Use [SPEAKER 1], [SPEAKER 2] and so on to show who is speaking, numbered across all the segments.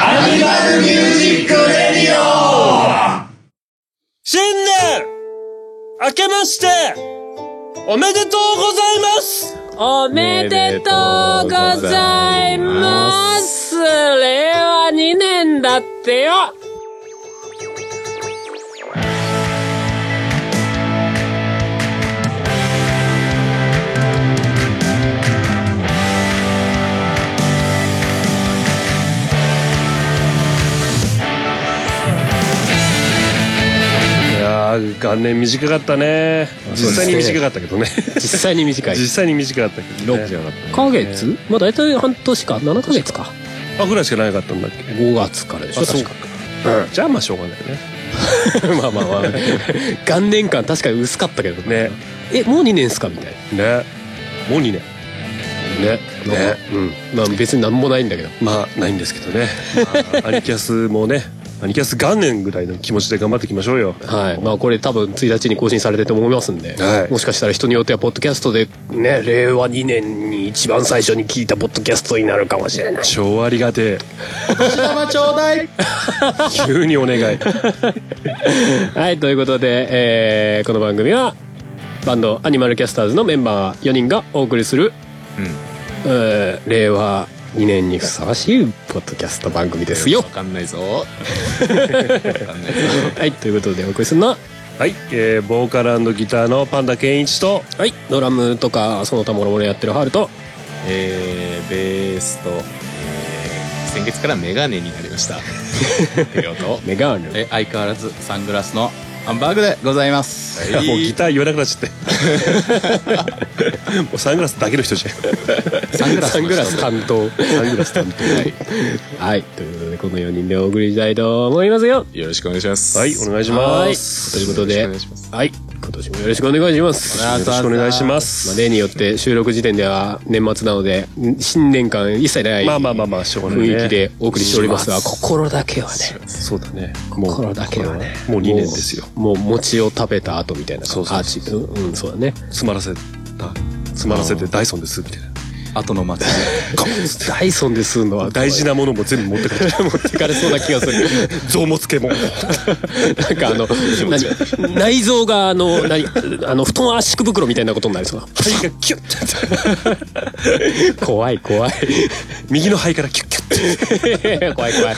[SPEAKER 1] アニマルミュージックレディオ
[SPEAKER 2] 新年明けましておめでとうございます
[SPEAKER 3] おめでとうございます令和2年だってよ
[SPEAKER 2] いやー元年短かったね実際に短かったけどね
[SPEAKER 3] 実際に短い
[SPEAKER 2] 実際に短かったけど、ね、
[SPEAKER 3] 6ヶ月まあ大体半年か7ヶ月か
[SPEAKER 2] あぐらいしかなかったんだっけ
[SPEAKER 3] 5月からでしょ
[SPEAKER 2] あそう
[SPEAKER 3] 確
[SPEAKER 2] か
[SPEAKER 3] か
[SPEAKER 2] じゃあまあしょうがないね
[SPEAKER 3] まあまあまあ 元年間確かに薄かったけど
[SPEAKER 2] ね
[SPEAKER 3] えもう2年っすかみたいな
[SPEAKER 2] ねもう2年ね
[SPEAKER 3] ね
[SPEAKER 2] うん
[SPEAKER 3] まあ別になんもないんだけど
[SPEAKER 2] まあないんですけどね、まあアニキャスもねアニキャス元年ぐらいの気持ちで頑張っていきましょうよ
[SPEAKER 3] はいまあこれ多分1日に更新されてると思いますんで、
[SPEAKER 2] はい
[SPEAKER 3] もしかしたら人によってはポッドキャストでね令和2年に一番最初に聞いたポッドキャストになるかもしれない
[SPEAKER 2] 超ありがて え
[SPEAKER 1] ちょうだい
[SPEAKER 2] 急にお願い
[SPEAKER 3] はい、ということで、えーこの番組は、バンドアニマルキャスターズのメンバー4人がお送りする、えー令和2年にふさわしいポッドキャスト番組ですよ
[SPEAKER 4] わ。かんないぞ。わかんないぞ。
[SPEAKER 3] はい、ということでお送りするのは、
[SPEAKER 2] はい、えー、ボーカルギターのパンダケンイチと
[SPEAKER 3] はい、ドラムとか、その他もろもろやってるハルと、
[SPEAKER 4] えー、ベースと、えー、先月からメガネになりま した。てよと。
[SPEAKER 3] メガール。
[SPEAKER 4] え、相変わらずサングラスのハンバーグでございます。
[SPEAKER 2] いやもうギター言わなくなっちゃって もうサングラスだけの人じゃん
[SPEAKER 4] サングラス
[SPEAKER 3] サン
[SPEAKER 4] の
[SPEAKER 3] グ
[SPEAKER 4] 人
[SPEAKER 3] ラス担当。
[SPEAKER 2] サングラス担
[SPEAKER 4] はい
[SPEAKER 3] はい、ということで、この4人でお送りしたいと思いますよ。
[SPEAKER 4] よろしくお願いします。
[SPEAKER 2] 当はいお願いします
[SPEAKER 3] ということで
[SPEAKER 4] よろしくお願いしま、す
[SPEAKER 3] はい、今年もよろしくお願いします。
[SPEAKER 2] よろしくお願いしま
[SPEAKER 3] まあ、
[SPEAKER 2] す
[SPEAKER 3] 例によって収録時点では年末なのでん新年間一切ない
[SPEAKER 2] まあまあまあまあしょうがないね
[SPEAKER 3] 雰囲気でお送りしておりますが心だけはね
[SPEAKER 2] そうだねもう
[SPEAKER 3] 心だけはね
[SPEAKER 2] もう2年ですよ
[SPEAKER 3] もうもう餅を食べた後みたいな
[SPEAKER 2] そうそうそう
[SPEAKER 3] あちうんうんそうだね
[SPEAKER 2] 詰まらせた詰まらせてダイソンですみたいな
[SPEAKER 4] 後の祭
[SPEAKER 2] ガンッつっ
[SPEAKER 3] ダイソンですんのは
[SPEAKER 2] て大事なものも全部持って帰って
[SPEAKER 3] 持ってかれそうな気がす る
[SPEAKER 2] 臓もつけも
[SPEAKER 3] なんかあの何内臓があの何あの布団圧縮袋みたいなことになりそう
[SPEAKER 2] 肺がキュッて
[SPEAKER 3] な怖い怖い
[SPEAKER 2] 右の肺からキュッキュッて
[SPEAKER 3] 怖い怖い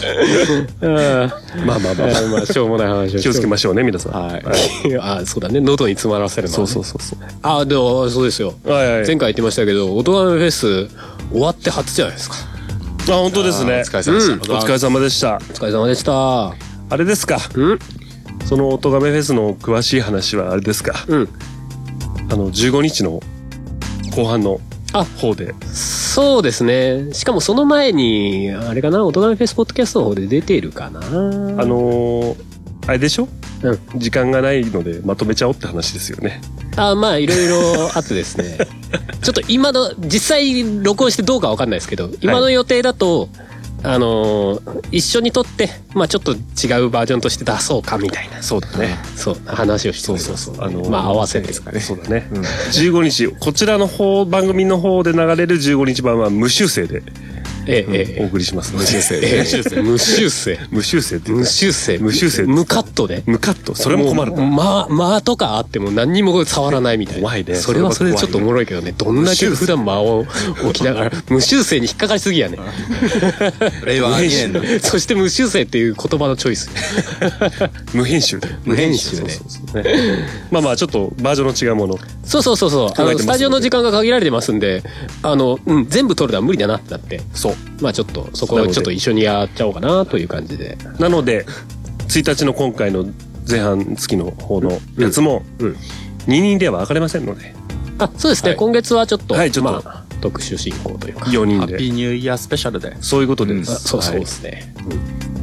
[SPEAKER 3] うん
[SPEAKER 2] まあまあまあ
[SPEAKER 3] えーまあしょうもない話を
[SPEAKER 2] 気をつけましょうね皆さん
[SPEAKER 3] はい。あ、そうだね。喉に詰まらせるの、ね。そうそうそうそう。あ、でも、そうですよ。
[SPEAKER 2] はいはい
[SPEAKER 3] 前回言ってましたけど、大人のフェス終わって初じゃないですか。
[SPEAKER 2] あ本当ですね
[SPEAKER 4] お疲れ様でした
[SPEAKER 2] うんお疲れ様でした
[SPEAKER 3] お疲れ様でした。
[SPEAKER 2] あれですか
[SPEAKER 3] うん
[SPEAKER 2] その音がめフェスの詳しい話はあれですか
[SPEAKER 3] うん。
[SPEAKER 2] あの15日の後半の
[SPEAKER 3] あ
[SPEAKER 2] 方で
[SPEAKER 3] そうですね。しかもその前に、あれかな、大人のフェスポッドキャストの方で出ているかな。あ
[SPEAKER 2] あ
[SPEAKER 3] の、
[SPEAKER 2] のーあれでしょ
[SPEAKER 3] うん。
[SPEAKER 2] 時間がないのでまとめちゃおうって話ですよね
[SPEAKER 3] あ、まあ、いろいろ あってですね。ちょっと今の、実際録音してどうかわかんないですけど、今の予定だと、あの一緒に撮って、まあちょっと違うバージョンとして出そうかみたいな。
[SPEAKER 2] そうだね
[SPEAKER 3] そう話をしてそうそうそうあのまあ合わせて
[SPEAKER 2] そうだね、15日こちらの方番組の方で流れる15日版は無修正で
[SPEAKER 3] えええ
[SPEAKER 2] お
[SPEAKER 3] え
[SPEAKER 2] 送りします無修正
[SPEAKER 3] ええ 無修正
[SPEAKER 2] 無修正っていう
[SPEAKER 3] 無
[SPEAKER 2] か
[SPEAKER 3] 修正
[SPEAKER 2] 無修正
[SPEAKER 3] 無カットで
[SPEAKER 2] 無カットそれも困る
[SPEAKER 3] もう
[SPEAKER 2] な
[SPEAKER 3] まあまあとかあっても何にも触らないみたいな
[SPEAKER 2] 怖いね
[SPEAKER 3] それはそれでちょっとおもろいけどねどんだけ普段間を置きながら無修正に引っかかりすぎやね
[SPEAKER 4] り。令和2年の。
[SPEAKER 3] そして無修正っていう言葉のチョイス
[SPEAKER 2] 無編集で
[SPEAKER 3] 無編集で
[SPEAKER 2] そうそうそうねまあまあちょっとバージョンの違うもの
[SPEAKER 3] そうそうそ うそうあ
[SPEAKER 2] 考えてますん
[SPEAKER 3] の
[SPEAKER 2] で
[SPEAKER 3] スタジオの時間が限られてますんであの、うん、全部撮るのは無理だなってなって
[SPEAKER 2] そう
[SPEAKER 3] まあちょっとそこをちょっと一緒にやっちゃおうかなという感じで
[SPEAKER 2] なので1日の今回の前半月の方のやつも、
[SPEAKER 3] うんうん
[SPEAKER 2] 二人では分かれませんので
[SPEAKER 3] あそうですね、今月はちょっと,、
[SPEAKER 2] はいちょっと
[SPEAKER 3] まあ、特殊進行というか
[SPEAKER 2] 4人
[SPEAKER 4] ハッ
[SPEAKER 2] で
[SPEAKER 4] ピーニューイヤースペシャルで。
[SPEAKER 2] そういうことで、
[SPEAKER 4] うん
[SPEAKER 3] あそうそう
[SPEAKER 2] はい
[SPEAKER 3] ですね、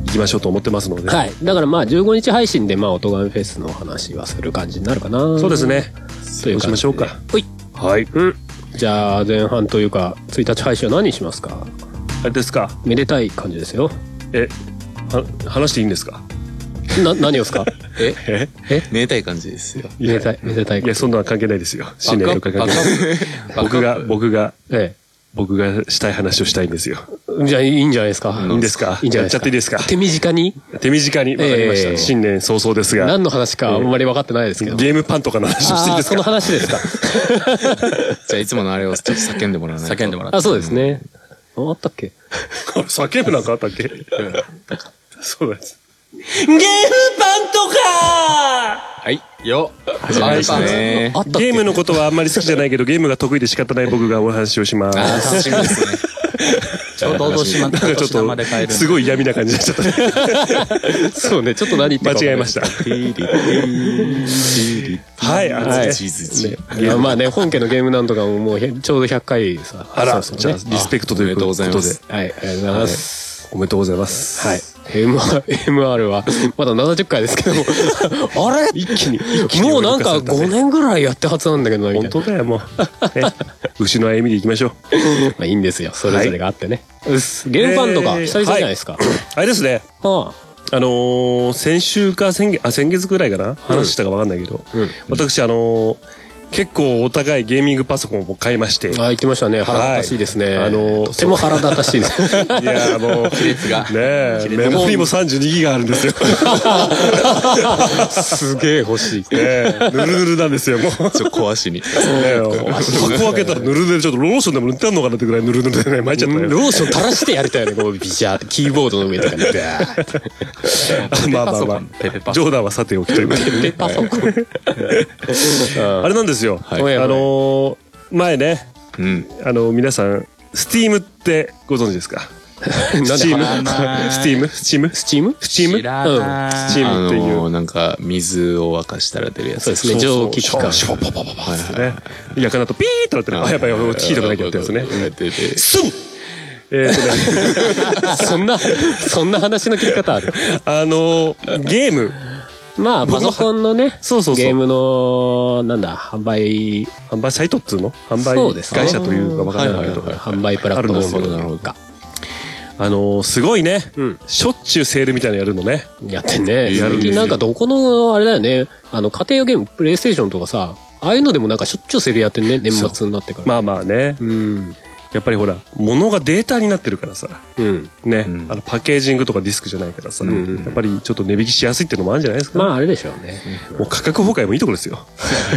[SPEAKER 2] 行きましょうと思ってますので、
[SPEAKER 3] はいだからまあ15日配信でまあ音がフェスの話はする感じになるかな
[SPEAKER 2] そうですね
[SPEAKER 3] とい
[SPEAKER 2] そ
[SPEAKER 3] う
[SPEAKER 2] うしましょうか
[SPEAKER 3] ほい
[SPEAKER 2] はい、
[SPEAKER 3] じゃあ前半というか1日配信は何しますか
[SPEAKER 2] あれですか
[SPEAKER 3] めでたい感じですよ
[SPEAKER 2] えは話していいんですか
[SPEAKER 3] な何をですか
[SPEAKER 4] え
[SPEAKER 2] え
[SPEAKER 4] めでたい感じですよ。
[SPEAKER 3] めでたいめでたい
[SPEAKER 2] いやそんなの関係ないですよ新年の関係ない
[SPEAKER 4] バックアップ
[SPEAKER 2] 僕が僕が
[SPEAKER 3] え
[SPEAKER 2] 僕がしたい話をしたいんですよ。
[SPEAKER 3] じゃあ、いいんじゃないですか。
[SPEAKER 2] いいんですか
[SPEAKER 3] いいんじゃ
[SPEAKER 2] や
[SPEAKER 3] ない
[SPEAKER 2] っちゃっていいですか
[SPEAKER 3] 手短に
[SPEAKER 2] 手短に、わかりました。
[SPEAKER 3] ええ
[SPEAKER 2] 新年早々ですが。
[SPEAKER 3] 何の話かあんまり分かってないですけど。
[SPEAKER 2] ゲームパンとかの話をしていい
[SPEAKER 3] あー
[SPEAKER 2] です
[SPEAKER 3] そ
[SPEAKER 2] か
[SPEAKER 3] の話ですか。
[SPEAKER 4] じゃあいつものあれをちょっと叫んでもらわない と
[SPEAKER 5] 叫んでもらって。
[SPEAKER 3] あ、そうですね。ああったっけ
[SPEAKER 2] 叫ぶなんかあったっ けそうなんです。ゲームパンとか
[SPEAKER 4] はい。よ始まりましたね
[SPEAKER 3] あ。ったっ
[SPEAKER 2] ゲ
[SPEAKER 3] け
[SPEAKER 2] ームのことはあんまり好きじゃないけど、ゲームが得意で仕方ない僕がお話をします。
[SPEAKER 4] あー楽しみですね。
[SPEAKER 5] ちょうどお年玉
[SPEAKER 2] なんか
[SPEAKER 5] お
[SPEAKER 2] ちょっ
[SPEAKER 5] 年玉で買え
[SPEAKER 2] と、
[SPEAKER 5] る。
[SPEAKER 2] すごい嫌味な感じになっちゃった。
[SPEAKER 3] そうね、ちょっと何言って
[SPEAKER 2] 間
[SPEAKER 3] るか分かんない
[SPEAKER 2] 違えました。はい、あ
[SPEAKER 3] はい
[SPEAKER 2] のね
[SPEAKER 3] ねあまあね、本家のゲームなんとかももうへちょうど100回さ。
[SPEAKER 2] あら、
[SPEAKER 3] そう
[SPEAKER 2] じ
[SPEAKER 3] そう
[SPEAKER 2] ゃあ
[SPEAKER 3] ね
[SPEAKER 2] リスペクトということで。
[SPEAKER 4] おめでとうございます
[SPEAKER 3] はい、ありがとうございます。
[SPEAKER 2] おめでとうございます。
[SPEAKER 3] はい。MR, MR は、まだ70回ですけど も、あれ一気に、もうなんか5年ぐらいやってはずなんだけどな、みたい
[SPEAKER 2] 本
[SPEAKER 3] な。
[SPEAKER 2] 当だよ、もう。 ね牛の歩みで行きましょう。
[SPEAKER 3] まあいいんですよ、それぞれがあってね。うっすゲームパンとか、
[SPEAKER 2] えー
[SPEAKER 3] 久々じゃないですか。
[SPEAKER 2] あれですね。
[SPEAKER 3] は
[SPEAKER 2] あのー先週か先月、あ、先月ぐらいかな話したかわかんないけど、
[SPEAKER 3] うん
[SPEAKER 2] 私、あのー結構お互いゲーミングパソコンを買いまして、
[SPEAKER 3] あ、あ言ってましたね。腹立たしいですね。
[SPEAKER 2] はいあのー
[SPEAKER 3] とても腹立たし いで
[SPEAKER 2] い
[SPEAKER 3] す。
[SPEAKER 2] やーもう、亀裂
[SPEAKER 4] が
[SPEAKER 2] ねえ、メモリも32ギガあるんですよ。
[SPEAKER 3] すげえ欲しい。
[SPEAKER 2] ねえぬるぬるなんですよ、もう。
[SPEAKER 4] ちょっと壊しに。
[SPEAKER 2] ねえ箱開けたらぬるぬる、ちょっとローションでも塗ってあんのかなってぐらいぬるぬるでね、巻いちゃった
[SPEAKER 3] ロ
[SPEAKER 2] よ。
[SPEAKER 3] ーション垂らしてやりたいよね、こう、ビシャーキーボードの上 とかに、バーって。
[SPEAKER 2] まあまあま
[SPEAKER 5] ペペパソコ
[SPEAKER 2] あ。
[SPEAKER 5] ン
[SPEAKER 2] 冗談はさておきということで
[SPEAKER 3] で、パソコン。
[SPEAKER 2] あれなんですよ。あ
[SPEAKER 3] い
[SPEAKER 2] のー、前ね、
[SPEAKER 4] うん。
[SPEAKER 2] あの皆さん、Steam ってご存知ですか
[SPEAKER 3] なんで
[SPEAKER 2] ?Steam?
[SPEAKER 3] 腹
[SPEAKER 2] Steam? Steam?
[SPEAKER 3] スチーム
[SPEAKER 2] スチーム
[SPEAKER 5] 知らない
[SPEAKER 2] ?Steam
[SPEAKER 4] あ
[SPEAKER 2] っていう。
[SPEAKER 4] のー、なんか、水を沸かしたら出るやつ。
[SPEAKER 3] そうですね、蒸気機関。
[SPEAKER 4] はいはい
[SPEAKER 2] ね。夜間だとピーってなってる。あ、やっぱり聞いとかなきゃってやつね。
[SPEAKER 4] 出てて
[SPEAKER 2] すんえーとね、
[SPEAKER 3] そんな、そんな話の切り方ある。
[SPEAKER 2] あのー、ゲーム。
[SPEAKER 3] まあ、パソコンのね、
[SPEAKER 2] そうそうそう
[SPEAKER 3] ゲームの、なんだ、販売、
[SPEAKER 2] 販売サイトっつうの販
[SPEAKER 3] そう
[SPEAKER 2] 売
[SPEAKER 3] ですね
[SPEAKER 2] 会社というかわからないけど、
[SPEAKER 4] はいはいはい
[SPEAKER 3] 販売プラットフォームと
[SPEAKER 2] あ
[SPEAKER 3] いうか、
[SPEAKER 2] あのー、すごいね、
[SPEAKER 3] ん
[SPEAKER 2] しょっちゅうセールみたいなのやるのね。
[SPEAKER 3] やってんね。
[SPEAKER 2] やるん
[SPEAKER 3] 最
[SPEAKER 2] ですよ
[SPEAKER 3] 近なんかどこの、あれだよね、あの、家庭用ゲーム、プレイステーションとかさ、ああいうのでもなんかしょっちゅうセリやってんね、年末になってから。
[SPEAKER 2] まあまあね、
[SPEAKER 3] うん。
[SPEAKER 2] やっぱりほら、物がデータになってるからさ、
[SPEAKER 3] うん。
[SPEAKER 2] ね、
[SPEAKER 4] うん
[SPEAKER 2] あのパッケージングとかディスクじゃないからさ、
[SPEAKER 3] ん
[SPEAKER 2] やっぱりちょっと値引きしやすいっていうのもあるんじゃないですか。
[SPEAKER 3] まあ、あれでしょうね。
[SPEAKER 2] もう価格崩壊もいいところです よ。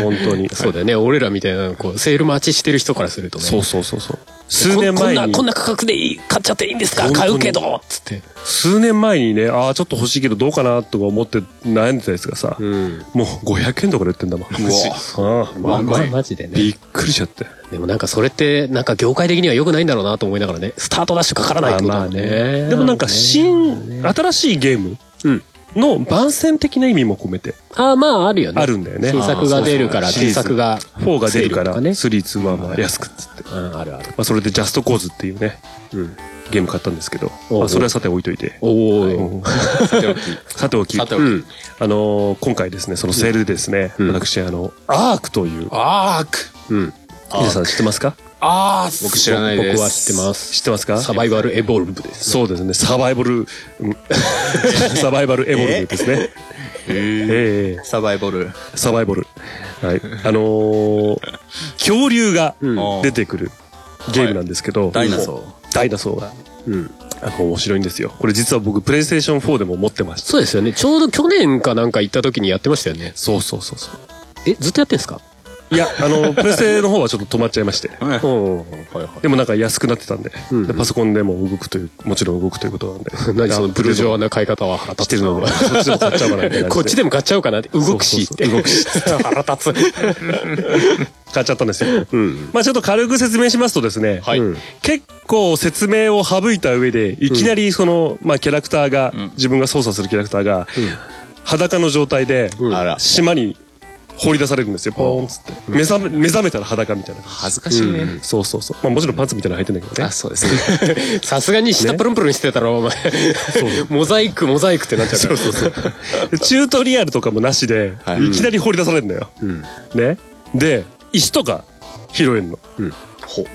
[SPEAKER 2] 本当に。
[SPEAKER 3] そうだよね。俺らみたいな、こう、セール待ちしてる人からするとね。
[SPEAKER 2] そうそうそうそう。数年前
[SPEAKER 3] こん
[SPEAKER 2] に
[SPEAKER 3] な、こんな価格でいい買っちゃっていいんですか
[SPEAKER 2] 本当
[SPEAKER 3] 買
[SPEAKER 2] に
[SPEAKER 3] うけどつって。
[SPEAKER 2] 数年前にね、ああ、ちょっと欲しいけどどうかなとか思って悩んでたやつがさ、
[SPEAKER 3] うん。
[SPEAKER 2] もう500円とかで売ってんだもん。ああ
[SPEAKER 3] まあまあ、マジでね。
[SPEAKER 2] びっくりしちゃって。
[SPEAKER 3] でもなんかそれって、なんか業界的には良くないんだろうなと思いながらね、スタートダッシュかからないってことだもんね。
[SPEAKER 2] でもなんか新、新しいゲーム
[SPEAKER 3] うん
[SPEAKER 2] の番宣的な意味も込めて、
[SPEAKER 3] ああ、まああるよね。
[SPEAKER 2] あるんだよね
[SPEAKER 3] 新作が出るから、
[SPEAKER 2] あーそうそう
[SPEAKER 3] 新作が。
[SPEAKER 2] 4が出るから、
[SPEAKER 3] セールと
[SPEAKER 2] 3、2はまあ安くっつって。
[SPEAKER 3] かね。うん、あるある。
[SPEAKER 2] まあそれでジャストコーズっていうね、
[SPEAKER 3] うん。
[SPEAKER 2] ゲーム買ったんですけど、
[SPEAKER 3] おう
[SPEAKER 2] まあそれはさて置いといて。
[SPEAKER 3] お
[SPEAKER 2] う
[SPEAKER 3] ー。
[SPEAKER 2] ん さておき。
[SPEAKER 5] さておき
[SPEAKER 2] うんあのー今回ですね、そのセールでですね、
[SPEAKER 3] うん
[SPEAKER 2] 私、あの、アークという、
[SPEAKER 5] アーク
[SPEAKER 3] うん。
[SPEAKER 2] 皆さん知ってますか
[SPEAKER 5] アー
[SPEAKER 4] 僕知らないです。。
[SPEAKER 3] 僕は知ってますす。
[SPEAKER 2] 知ってますか
[SPEAKER 3] サバイバルエボルブです。
[SPEAKER 2] そうですね、サバイバル、うんサバイバルエボルブですね。ええ
[SPEAKER 5] サバイバル。
[SPEAKER 2] サバイバル。はい。あのー恐竜が
[SPEAKER 5] ん
[SPEAKER 2] 出てくるゲームなんですけど、
[SPEAKER 5] ダイナソ
[SPEAKER 2] ダイナソーが、
[SPEAKER 3] うん。
[SPEAKER 2] あの、面白いんですよ。これ実は僕、プレイステーション4でも持ってました。
[SPEAKER 3] そうですよね。ちょうど去年かなんか行った時にやってましたよね。
[SPEAKER 2] そうそうそうそう。
[SPEAKER 3] え、ずっとやってんすか
[SPEAKER 2] いや、あの、プレステの方はちょっと止まっちゃいまして。
[SPEAKER 5] ー。うん
[SPEAKER 3] うん。
[SPEAKER 2] でもなんか安くなってたんで、
[SPEAKER 3] うん
[SPEAKER 2] でパソコンでも動くという、もちろん動くということなんで。
[SPEAKER 3] 何そのブルジョワな買い方は腹
[SPEAKER 2] 来
[SPEAKER 3] 立
[SPEAKER 2] て
[SPEAKER 3] つ
[SPEAKER 2] る
[SPEAKER 3] な。
[SPEAKER 2] ので、そっちでも買っちゃおうかなって感じで
[SPEAKER 3] こっちでも買っちゃおうか
[SPEAKER 2] そうそうそう動
[SPEAKER 3] なって。動くしって。
[SPEAKER 2] く
[SPEAKER 3] し。 腹立つ。
[SPEAKER 2] 買っちゃったんですよ。
[SPEAKER 3] うん。
[SPEAKER 2] まあちょっと軽く説明しますとですね、
[SPEAKER 4] はい。
[SPEAKER 3] うん
[SPEAKER 2] 結構説明を省いた上で、いきなりその、まあキャラクターが、
[SPEAKER 5] ん
[SPEAKER 2] 自分が操作するキャラクターが、裸の状態で、
[SPEAKER 3] うん
[SPEAKER 4] あら、
[SPEAKER 2] 島に放り出されるんですよ、ポーンっつって。目覚め、目覚めたら裸みたいな。
[SPEAKER 4] 恥ずかしいね。
[SPEAKER 2] そうそうそう。まあもちろんパンツみたいなの履いてんだけどね
[SPEAKER 4] あ、。そうです ね。
[SPEAKER 3] さすがに下プルンプルンしてたら、お前。モザイク、モザイクってなっちゃうから。そうそうそう。
[SPEAKER 2] でチュートリアルとかもなしで、
[SPEAKER 4] はい
[SPEAKER 2] い、きなり掘り出されるのよ。ね。で、石とか拾えんの。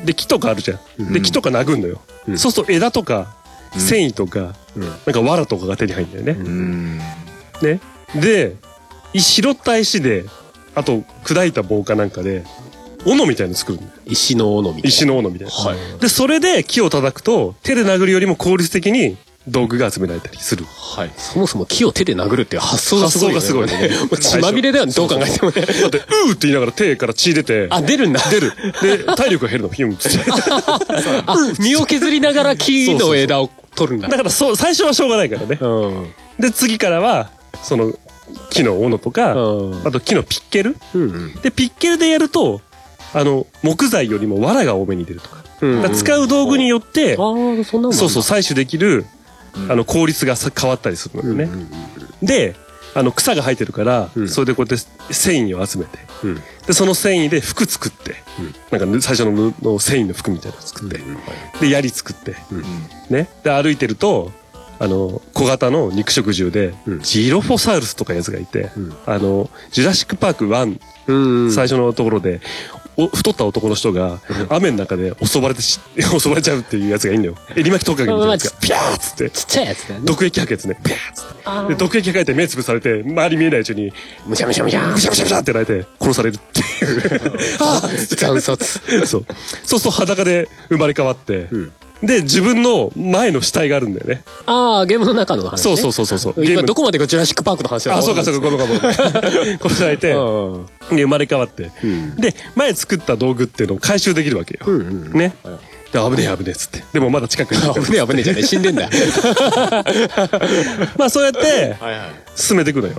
[SPEAKER 2] で、木とかあるじゃん。で、木とか殴んのよ。そうすると枝とか、繊維とか、なんか藁とかが手に入るんだよ
[SPEAKER 4] う
[SPEAKER 2] ね。
[SPEAKER 4] ん。
[SPEAKER 2] ね。で、い拾った石で、あと砕いた棒かなんかで、斧みたいの作るんだよ。
[SPEAKER 3] 石の斧みたいな。
[SPEAKER 2] 石の斧みたいな。で、それで木を叩くと、手で殴るよりも効率的に道具が集められたりする。
[SPEAKER 4] はい。
[SPEAKER 3] そもそも木を手で殴るっていう発想がすごい、ね。
[SPEAKER 2] 発想がすごいね
[SPEAKER 3] もう血まみれだよね、どう考えても
[SPEAKER 2] だ
[SPEAKER 3] ね。
[SPEAKER 2] って、うーって言いながら手から血出て、
[SPEAKER 3] あ、出るんだ。
[SPEAKER 2] 出る。で、体力が減るの、ヒュンって。
[SPEAKER 3] あ、身を削りながら木の枝を取るんだ。
[SPEAKER 2] だからそう、最初はしょうがないからね。
[SPEAKER 3] うん。
[SPEAKER 2] で、次からは、その、木の斧とか、
[SPEAKER 3] うん
[SPEAKER 2] あと木のピッケル。
[SPEAKER 3] うん。
[SPEAKER 2] で、ピッケルでやると、あの、木材よりも藁が多めに出るとか。
[SPEAKER 3] うん
[SPEAKER 2] だから使う道具によって、
[SPEAKER 3] ああ、そんなもん
[SPEAKER 2] そうそう、採取できる、あの、効率がさ変わったりするのよね。で、あの、草が生えてるから、それでこうやって繊維を集めて、で、その繊維で服作って、なんか最初の布の繊維の服みたいなの作って、で、槍作って、ね。で、歩いてると、あの、小型の肉食獣で、ジロフォサウルスとかやつがいて、あの、ジュラシックパーク1、
[SPEAKER 3] うん。
[SPEAKER 2] 最初のところで、お太った男の人が雨の中で襲われてし 襲われちゃうっていうやつがいいんだよ。襟巻きトカゲみたいなやつがピャーっつって、
[SPEAKER 3] ちっちゃいやつだよね。
[SPEAKER 2] 毒液吐くやつね、ピャーっつって。で、毒液吐いて目つぶされて、周り見えないうちに、
[SPEAKER 3] むしゃむしゃむしゃ
[SPEAKER 2] ぐ。しゃぐしゃぐしゃって泣いて殺されるって いう。
[SPEAKER 3] 残殺。
[SPEAKER 2] そう。そうすると裸で生まれ変わって、で、自分の前の死体があるんだよね。
[SPEAKER 3] ああ、ゲームの中の話、ね。
[SPEAKER 2] そうそうそうそうそうゲーム
[SPEAKER 3] 今どこまでがジュラシックパークの話だ
[SPEAKER 2] あ、そうかそうか、ごめんごめんごめん。 殺されて、
[SPEAKER 3] うん。
[SPEAKER 2] で生まれ変わって、で前作った道具っていうのを回収できるわけよ、ねで危ねえ危ねえっつってでもまだ近くに
[SPEAKER 3] 危ねえ危ねえじゃねえ死んでんだ。
[SPEAKER 2] まあそうやって
[SPEAKER 4] はいはい。
[SPEAKER 2] 進めていくのよ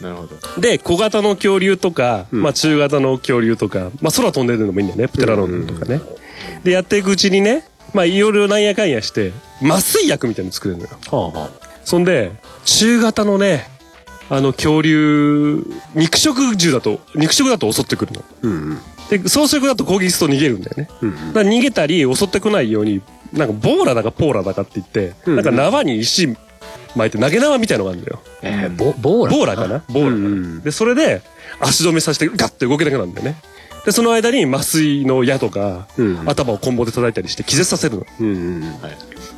[SPEAKER 4] なるほど。
[SPEAKER 2] で小型の恐竜とか、まあ、中型の恐竜とか、まあ、空飛んでるのもいいんだよねプテラノンとかね、でやっていくうちにねまあいろいろなんやかんやして麻酔薬みたいなの作れるのよそんで中型のねあの恐竜肉食獣だと肉食だと襲ってくるので草食だと攻撃すると逃げるんだよね、だから逃げたり襲ってこないようになんかボーラだかポーラだかって言って、なんか縄に石巻いて投げ縄みたいのがあるんだよ
[SPEAKER 3] えー、ボボーラ
[SPEAKER 2] ボーラかなボーラかな、でそれで足止めさせてガッて動けなくなるんだよねでその間に麻酔の矢とか、頭をコンボで叩いたりして気絶させるの、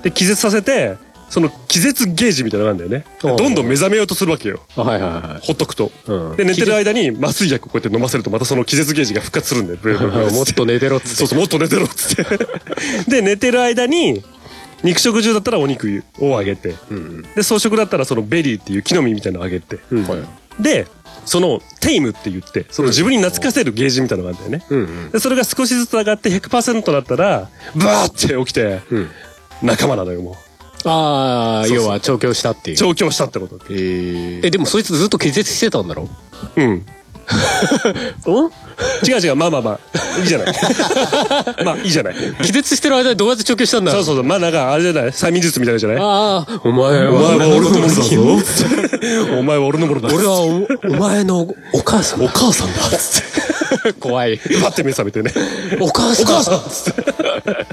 [SPEAKER 2] で気絶させてその気絶ゲージみたいなのがあるんだよね
[SPEAKER 3] おう
[SPEAKER 2] どんどん目覚めようとするわけよ
[SPEAKER 3] はいはいは
[SPEAKER 2] ほっとくと、
[SPEAKER 3] うん
[SPEAKER 2] で寝てる間に麻酔薬をこうやって飲ませるとまたその気絶ゲージが復活するんだよブルブルブル
[SPEAKER 3] い。もっと寝てろっつって。
[SPEAKER 2] そうそう、もっと寝てろっつって。 で、寝てる間に、肉食獣だったらお肉をあげて、で、草食だったらそのベリーっていう木の実みたいなのをあげて、で、そのテイムって言って、その自分に懐かせるゲージみたいなのがあるんだよね。で、それが少しずつ上がって100%だったら、バーって起きて、仲間なのよ、もう。
[SPEAKER 3] ああ、要は調教したっていう。
[SPEAKER 2] 調教したってこと。
[SPEAKER 4] えー、
[SPEAKER 3] え、でもそいつずっと気絶してたんだろ
[SPEAKER 2] うん。
[SPEAKER 3] うん
[SPEAKER 2] 違う違う、まあまあまあ、いいじゃ ない。まあ、いいじゃない。
[SPEAKER 3] 気絶してる間にどうやって調教したんだ
[SPEAKER 2] そ
[SPEAKER 3] ろ
[SPEAKER 2] うそうそう、まあなんか、あれじゃない催眠術みたいなのじゃない
[SPEAKER 3] ああ、お前
[SPEAKER 2] お前
[SPEAKER 3] は、
[SPEAKER 2] は俺のものだ ぞ。お前は俺のものだぞ。
[SPEAKER 3] 俺はおお前のお母さん。お母さんだ。つって。 怖い。
[SPEAKER 2] パッて目覚めてね。
[SPEAKER 3] お母さん。お母さん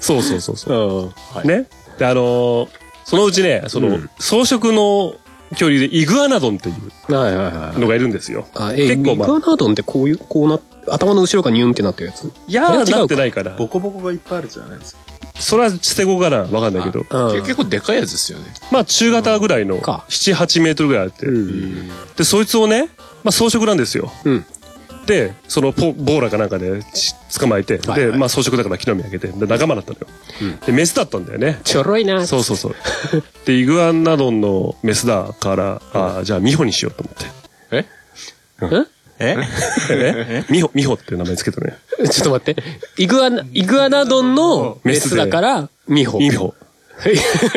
[SPEAKER 2] そうそうそうそ
[SPEAKER 3] うん。
[SPEAKER 2] う。ね。で、あのーそのうちね、その、草食の恐竜でイグアナドンっていう
[SPEAKER 3] はいはいはい。
[SPEAKER 2] のがいるんですよ。
[SPEAKER 3] あ、え、
[SPEAKER 2] 結
[SPEAKER 3] 結
[SPEAKER 2] 構
[SPEAKER 3] 構
[SPEAKER 2] まあ
[SPEAKER 3] ミカナドンってこういう、こうな、頭の後ろがニュンってなってるやつ。
[SPEAKER 2] いや
[SPEAKER 3] 違う
[SPEAKER 2] ー、
[SPEAKER 3] か
[SPEAKER 2] なってないから。
[SPEAKER 6] ボコボコがいっぱいあるじゃないですか。
[SPEAKER 2] それは捨て子かなわかんないけど。
[SPEAKER 3] うん
[SPEAKER 4] 結構でかいやつですよね。
[SPEAKER 2] まあ、中型ぐらいの、
[SPEAKER 3] か
[SPEAKER 2] 7、8メートルぐらいあって。で、そいつをね、まあ、草食なんですよ。
[SPEAKER 3] ん
[SPEAKER 2] で、そのポ、ボーラかなんかでち捕まえて、
[SPEAKER 3] はいは
[SPEAKER 2] で、
[SPEAKER 3] い
[SPEAKER 2] まあ、草食だから木の実あげて、で、仲間だったのよ。で、メスだったんだよね。
[SPEAKER 3] ちょろいな。
[SPEAKER 2] そうそうそう。で、イグアナドンのメスだから、あーじゃあ、ミホにしようと思って。
[SPEAKER 4] え
[SPEAKER 6] え
[SPEAKER 2] えミホ、ミホって名前つけたね。
[SPEAKER 3] ちょっと待って。イグアナ、イグアナドンのメスだから、ミホ。
[SPEAKER 2] ミホ。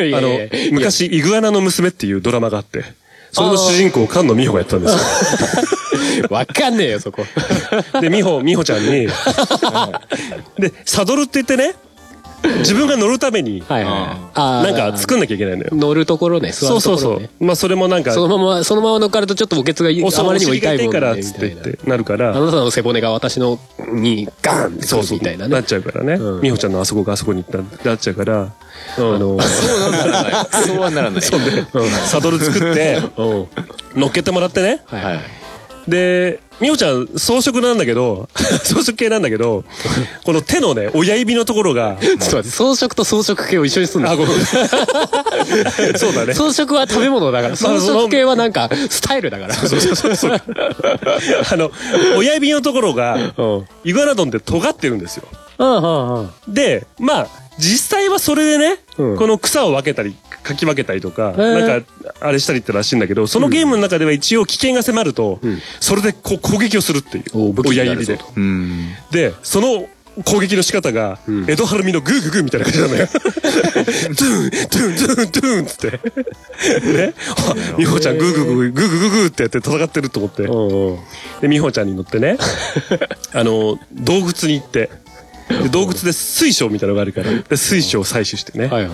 [SPEAKER 3] い
[SPEAKER 2] あ
[SPEAKER 3] やい
[SPEAKER 2] の
[SPEAKER 3] やいや、
[SPEAKER 2] 昔、イグアナの娘っていうドラマがあって、それの主人公、菅野美穂がやってたんです
[SPEAKER 3] わかんねえよ、そこ。
[SPEAKER 2] よ。で、美穂、美穂ちゃんに、で、サドルって言ってね、自分が乗るために、
[SPEAKER 3] はいはいはい。あ
[SPEAKER 2] なんか
[SPEAKER 3] る。
[SPEAKER 2] 作んなきゃいけないのよ。
[SPEAKER 3] 乗るところね、座
[SPEAKER 2] そ
[SPEAKER 3] る
[SPEAKER 2] うそう
[SPEAKER 3] とこ
[SPEAKER 2] そ
[SPEAKER 3] ろね。
[SPEAKER 2] う。まあ、それもなんか、
[SPEAKER 3] そのまま、そのまま乗っかるとちょっとおケツが
[SPEAKER 2] お
[SPEAKER 3] あ
[SPEAKER 2] そう
[SPEAKER 3] ま
[SPEAKER 2] お
[SPEAKER 3] りにも
[SPEAKER 2] 尻が
[SPEAKER 3] 痛
[SPEAKER 2] 痛
[SPEAKER 3] い
[SPEAKER 2] い
[SPEAKER 3] もん
[SPEAKER 2] か
[SPEAKER 3] ね
[SPEAKER 2] ら、
[SPEAKER 3] み
[SPEAKER 2] つったて
[SPEAKER 3] い
[SPEAKER 2] 言
[SPEAKER 3] な
[SPEAKER 2] って、なるか
[SPEAKER 3] あ
[SPEAKER 2] ら、
[SPEAKER 3] なたの背骨が私のにガーンってくるみたいな
[SPEAKER 2] な
[SPEAKER 3] ね
[SPEAKER 2] っ。ちゃうからね。美穂ちゃんのあそこがあそこに行ったなっちゃうから、あの、
[SPEAKER 4] そうはならない。そうはならない。そうね。
[SPEAKER 2] サドル作って、乗っけてもらってね。
[SPEAKER 3] はいはい。
[SPEAKER 2] で、みおちゃん、装飾なんだけど、 装飾系なんだけど、この手のね、親指のところが、
[SPEAKER 3] ちょっと待って、装飾と装飾系を一緒にすんの
[SPEAKER 2] あ、ごめん。そうだね。
[SPEAKER 3] 装飾は食べ物だ から、装飾系はなんか、スタイルだから。
[SPEAKER 2] あの、親指のところが、
[SPEAKER 3] うん。
[SPEAKER 2] イグアナドンって尖ってるんですよ。
[SPEAKER 3] うんうんうん。
[SPEAKER 2] で、まあ、実際はそれでね、
[SPEAKER 3] うん
[SPEAKER 2] この草を分けたり、かき分けたりとか、
[SPEAKER 3] ー
[SPEAKER 2] なんか、あれしたりってらしいんだけど、そのゲームの中では一応危険が迫ると、それでこう攻撃をするっていう。
[SPEAKER 3] 武器に
[SPEAKER 2] 親
[SPEAKER 3] なる
[SPEAKER 2] 指
[SPEAKER 3] ぞ
[SPEAKER 2] で。
[SPEAKER 4] うん。
[SPEAKER 2] で、その攻撃の仕方が、江戸晴美のグーグーグーみたいな感じなの よ。トゥーン、トゥーン、トゥーン、トゥーンっつって。ね。あ美穂ちゃんグーグーグー、グーグーグーグーってやって戦ってると思って。
[SPEAKER 3] うんうん。
[SPEAKER 2] で、美穂ちゃんに乗って ね、あの、洞窟に行って、で洞窟で水晶みたいなのがあるから、で水晶を採取してね。
[SPEAKER 3] はいはいはい。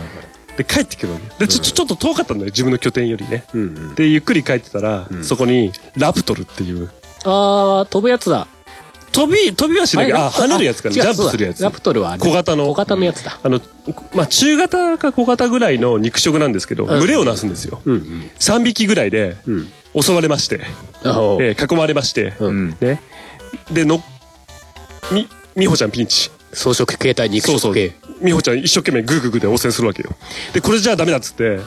[SPEAKER 2] で、帰ってくるわけ。で、ちょ、ちょちょっと遠かったんだよ、自分の拠点よりね。
[SPEAKER 6] うんうん。
[SPEAKER 2] で、ゆっくり帰ってたら、そこに、ラプトルっていう、
[SPEAKER 3] あー、飛ぶやつだ。
[SPEAKER 2] 飛び、飛びはしないけど、あ、跳ねるやつかな、ジ
[SPEAKER 3] 違う
[SPEAKER 2] ャンプするや
[SPEAKER 3] そう
[SPEAKER 2] つ
[SPEAKER 3] だラ。プトルはあれ
[SPEAKER 2] 小型の
[SPEAKER 3] 小型のやつだ。
[SPEAKER 2] あの、まあ、中型か小型ぐらいの肉食なんですけど、
[SPEAKER 3] ん
[SPEAKER 2] 群れをなすんですよ。
[SPEAKER 6] うん
[SPEAKER 2] 3匹ぐらいで、
[SPEAKER 6] うん。
[SPEAKER 2] 襲われまして、
[SPEAKER 3] おう
[SPEAKER 2] えー囲まれまして、
[SPEAKER 4] うん。
[SPEAKER 2] ね。で、の、み、みほちゃんピンチ。
[SPEAKER 3] 装飾形態肉
[SPEAKER 2] そうそ
[SPEAKER 3] 食
[SPEAKER 2] う
[SPEAKER 3] 系。。
[SPEAKER 2] みほちゃん一生懸命グーグーグーで応戦するわけよ。で、これじゃダメだっつって、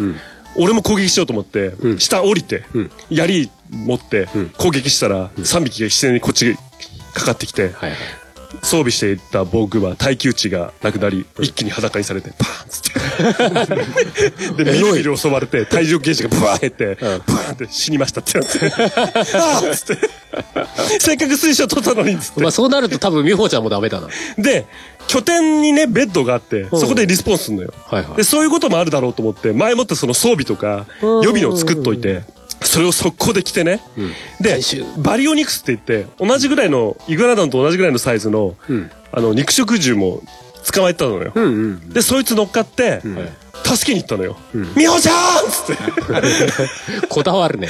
[SPEAKER 2] 俺も攻撃しようと思って、下降りて、槍持って、攻撃したら、3匹が一斉にこっちにかかってきて、
[SPEAKER 3] はいはい。
[SPEAKER 2] 装備していた防具は耐久値がなくなり、一気に裸にされて、パーンっつ って。で、みるみる襲われて、体重ゲージがブワー減って、ブワーンって死にましたってなって。 あーっつって。せっかく水晶取ったのにっつっ
[SPEAKER 3] まあそうなると多分美穂ちゃんもダメだな。
[SPEAKER 2] て。で、拠点にね、ベッドがあって、そこでリスポンスするのよ。
[SPEAKER 3] はいはい
[SPEAKER 2] で、。そういうこともあるだろうと思って、前もってその装備とか、予備のを作っといて、それを速攻で着てね。で
[SPEAKER 3] 回収、
[SPEAKER 2] バリオニクスって言って、同じぐらいの、イグアナダンと同じぐらいのサイズの、あの、肉食獣も捕まえてたのよ。
[SPEAKER 6] うんうん。
[SPEAKER 2] で、そいつ乗っかって、助けに行ったのよ。美穂ちゃんっ つって。
[SPEAKER 3] こだわ るね。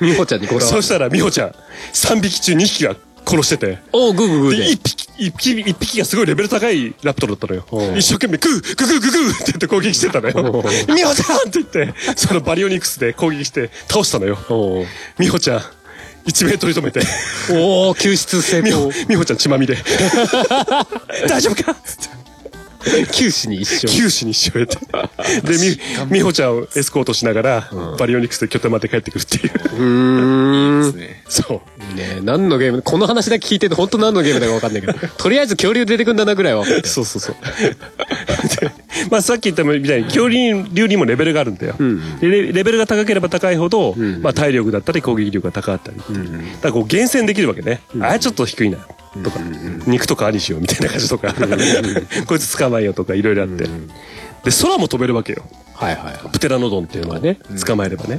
[SPEAKER 3] 美穂ちゃんにこだわ
[SPEAKER 2] そ
[SPEAKER 3] る。
[SPEAKER 2] したら美穂ちゃん、3匹中2匹が殺してて。
[SPEAKER 3] おう、グーグーグー
[SPEAKER 2] で、
[SPEAKER 3] で。
[SPEAKER 2] 一匹、一匹、一匹がすごいレベル高いラプトルだったのよ。一生懸命、グー、グーグーグーグーって言って攻撃してたのよ。ミホちゃんって言って、そのバリオニクスで攻撃して倒したのよ。
[SPEAKER 3] おう
[SPEAKER 2] ミホちゃん、一命取り留めて、
[SPEAKER 3] おう救出成
[SPEAKER 2] ミホ
[SPEAKER 3] 功。、
[SPEAKER 2] ミホちゃん血ま みれ。大丈夫かつって
[SPEAKER 3] 九死に一生。
[SPEAKER 2] 九死に一生得て。で、ミ、ミホちゃんをエスコートしながら、バリオニクスで拠点まで帰ってくるっていう。
[SPEAKER 4] ですね。
[SPEAKER 2] そう。
[SPEAKER 3] ねえ何のゲーム、この話だけ聞いてて本当何のゲームだか分かんないけど、 とりあえず恐竜出てくんだなぐらいは分かる。
[SPEAKER 2] そうそうそう。でまあさっき言ったみたいに、恐竜にもレベルがあるんだよ。でレレベルが高ければ高いほど、まあ体力だったり攻撃力が高かったりっていう。だからこう厳選できるわけね。あれちょっと低いな。とか、肉とかありしようみたいな感じとか、 こいつ捕まえようとかいろいろあって。で、空も飛べるわけよ。
[SPEAKER 3] はいはいはい。
[SPEAKER 2] プテラノドンっていうのはね、捕まえればね。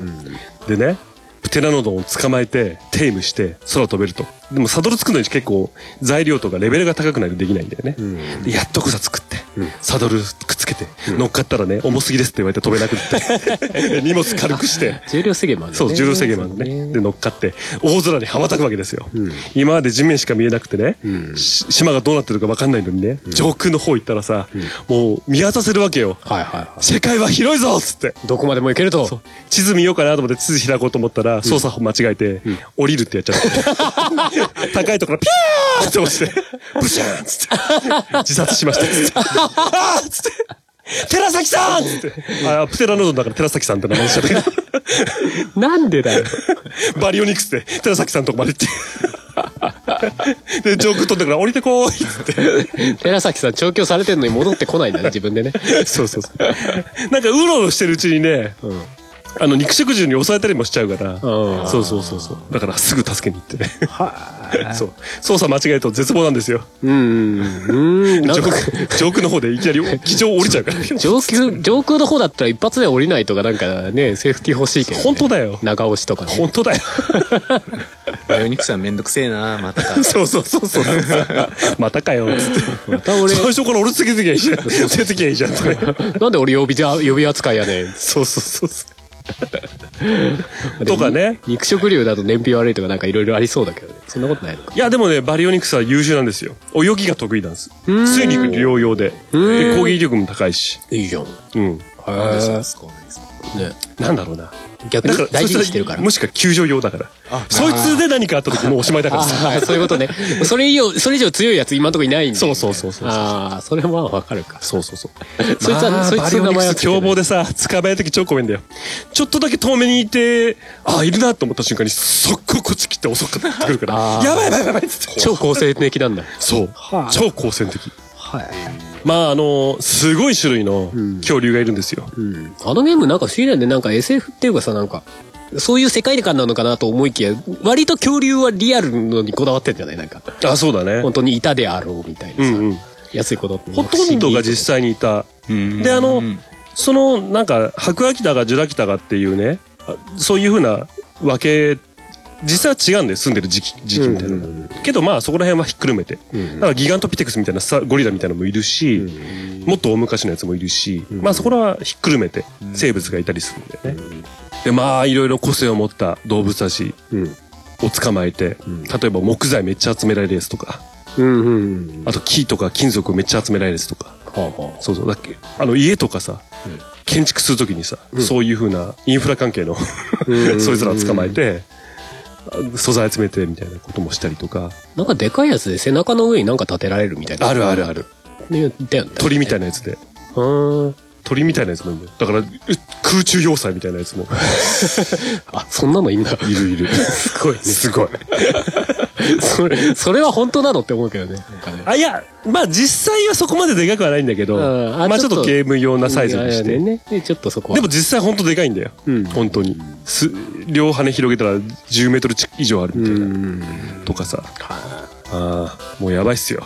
[SPEAKER 2] でね、プテラノドンを捕まえて、テイムして、空を飛べると。でも、サドル作るのに結構、材料とかレベルが高くないとできないんだよね。でやっとこさ作って、サドルくっつけて、乗っかったらね、重すぎですって言われて飛べなく って。荷物軽くして。
[SPEAKER 3] 重量制限もあるんだ
[SPEAKER 2] そ
[SPEAKER 3] ね
[SPEAKER 2] う、重量制限もあるのね。で、乗っかって、大空に羽ばたくわけですよ。今まで地面しか見えなくてね、し島がどうなってるかわかんないのにね、上空の方行ったらさ、もう見渡せるわけよ。
[SPEAKER 3] はいはいは
[SPEAKER 2] 世界は広いぞっつって。
[SPEAKER 3] い。どこまでもいけると。
[SPEAKER 2] 地図見ようかなと思って地図開こうと思ったら、操作間違えて、降りるってやっち ゃって。高いところピューって落ちて、ブシャーンっつ って、自殺しましたっつって。あーっつって、寺崎さんっつって。あ、プテラノドンだから寺崎さんって名前にしちゃった け
[SPEAKER 3] なんでだよ。
[SPEAKER 2] ど、バリオニクスで寺崎さんのとこまで 行って。で、上空飛んだから降りてこーいっつって。
[SPEAKER 3] 寺崎さん調教されてんのに戻ってこないんだね、自分でね。
[SPEAKER 2] そうそうそう。なんかうろうろしてるうちにね、あの肉食獣に襲われたりもしちゃうから、そうそうそうそう。だからすぐ助けに行ってね。そう。操作間違えると絶望なんですよ。
[SPEAKER 3] うん。なん
[SPEAKER 2] 上
[SPEAKER 3] か
[SPEAKER 2] 空上空の方でいきなり気上降りちゃうから。
[SPEAKER 3] 上空、上空の方だったら一発で降りないとかなんかね、セーフティー欲しいけど、ね。
[SPEAKER 2] 本当だよ
[SPEAKER 3] 長押しとかね。
[SPEAKER 2] 本当だよ。
[SPEAKER 4] バイオニクスはめんどくせえな、また か。
[SPEAKER 2] そうそうそうそう。またかよ。つって
[SPEAKER 3] また俺
[SPEAKER 2] 最、初から俺つけてきゃいいじゃん。つけてきゃいいじゃん。とか
[SPEAKER 3] なんで俺呼びじゃ、呼び扱いやねん。
[SPEAKER 2] そう そうそうそう。とかね。
[SPEAKER 3] 肉食竜だと燃費悪いとかなんかいろいろありそうだけどね。そんなことないのか。
[SPEAKER 2] いや、でもね、バリオニクスは優秀なんですよ。泳ぎが得意なんです。水陸両用で。で、攻撃力も高いし。
[SPEAKER 3] いいじゃん。
[SPEAKER 2] うん。
[SPEAKER 4] なんでそんな使わないんですか
[SPEAKER 2] なんだろうな。
[SPEAKER 3] 逆
[SPEAKER 2] だか
[SPEAKER 3] に
[SPEAKER 2] ら
[SPEAKER 3] 大事にしてるか
[SPEAKER 2] そいつは
[SPEAKER 3] ら
[SPEAKER 2] もしくは救助用だからそいつで何かあった時もうおしまいだから
[SPEAKER 3] あ
[SPEAKER 2] さ
[SPEAKER 3] はいそういうことねそれ以上それ以上強いやつ今のところいないんで
[SPEAKER 2] そうそうそうそう
[SPEAKER 3] ああそれはわかるかそ
[SPEAKER 2] そうそうそう
[SPEAKER 3] いつは、そいつの名前は
[SPEAKER 2] 凶暴でさ捕まえた時超怖いんだよちょっとだけ遠目にいてああいるなと思った瞬間に速攻こっち来て襲っかってくるから
[SPEAKER 3] あー
[SPEAKER 2] やばいやばいやばいっつって
[SPEAKER 3] 超好性的なんだ
[SPEAKER 2] そう、
[SPEAKER 3] はあ
[SPEAKER 2] 超好戦的
[SPEAKER 3] はい
[SPEAKER 2] まああのすごい種類の恐竜がいるんですよ、
[SPEAKER 3] あのゲームなんか不思議だよね。なんか SF っていうかさ、なんか、そういう世界観なのかなと思いきや、割と恐竜はリアルのにこだわってんじゃないなんか、
[SPEAKER 2] あそうだね
[SPEAKER 3] 本当にいたであろうみたいな
[SPEAKER 2] う
[SPEAKER 3] さ、
[SPEAKER 2] んうん
[SPEAKER 3] 安いことって。
[SPEAKER 2] ほとんどが実際にいたであのそのなんか白亜紀だがジュラ紀だがっていうねあそういうふうな分け実際は違うんで住んでる時期時期みたいなのが、けどまあそこら辺はひっくるめて、だからギガントピテクスみたいなさゴリラみたいなのもいるし、もっと大昔のやつもいるし、まあそこらはひっくるめて生物がいたりするんだよね、でまあいろいろ個性を持った動物たちを捕まえて、例えば木材めっちゃ集められるやつとか、あと木とか金属をめっちゃ集められるやつとか、そうそうだっけあの家とかさ、建築するときにさ、そういうふうなインフラ関係のそいつらを捕まえて、あ素材集めてみたいなこともしたりとか
[SPEAKER 3] なんかでかいやつで背中の上になんか立てられるみたいな。
[SPEAKER 2] あるあるある
[SPEAKER 3] ね。だよね。
[SPEAKER 2] 鳥みたいなやつで
[SPEAKER 3] うん。
[SPEAKER 2] 鳥みたいなやつもいるんだよだからう空中要塞みたいなやつも
[SPEAKER 3] あ、そんなのいんだ。
[SPEAKER 2] いるいるすごい、すごい
[SPEAKER 3] それ、それは本当なのって思うけどね。なんかね
[SPEAKER 2] あいやまあ実際はそこまででかくはないんだけど
[SPEAKER 3] うんあ
[SPEAKER 2] まあ
[SPEAKER 3] ち
[SPEAKER 2] ちょ
[SPEAKER 3] ょっ
[SPEAKER 2] っ
[SPEAKER 3] と
[SPEAKER 2] とゲーム用なサイズにして、
[SPEAKER 3] いやいやね。ねちょっとそこは。
[SPEAKER 2] でも、実際本当でかいんだよ、本当にす両羽広げたら10メートル以上あるみたいな、とかさあーもうやばいっすよ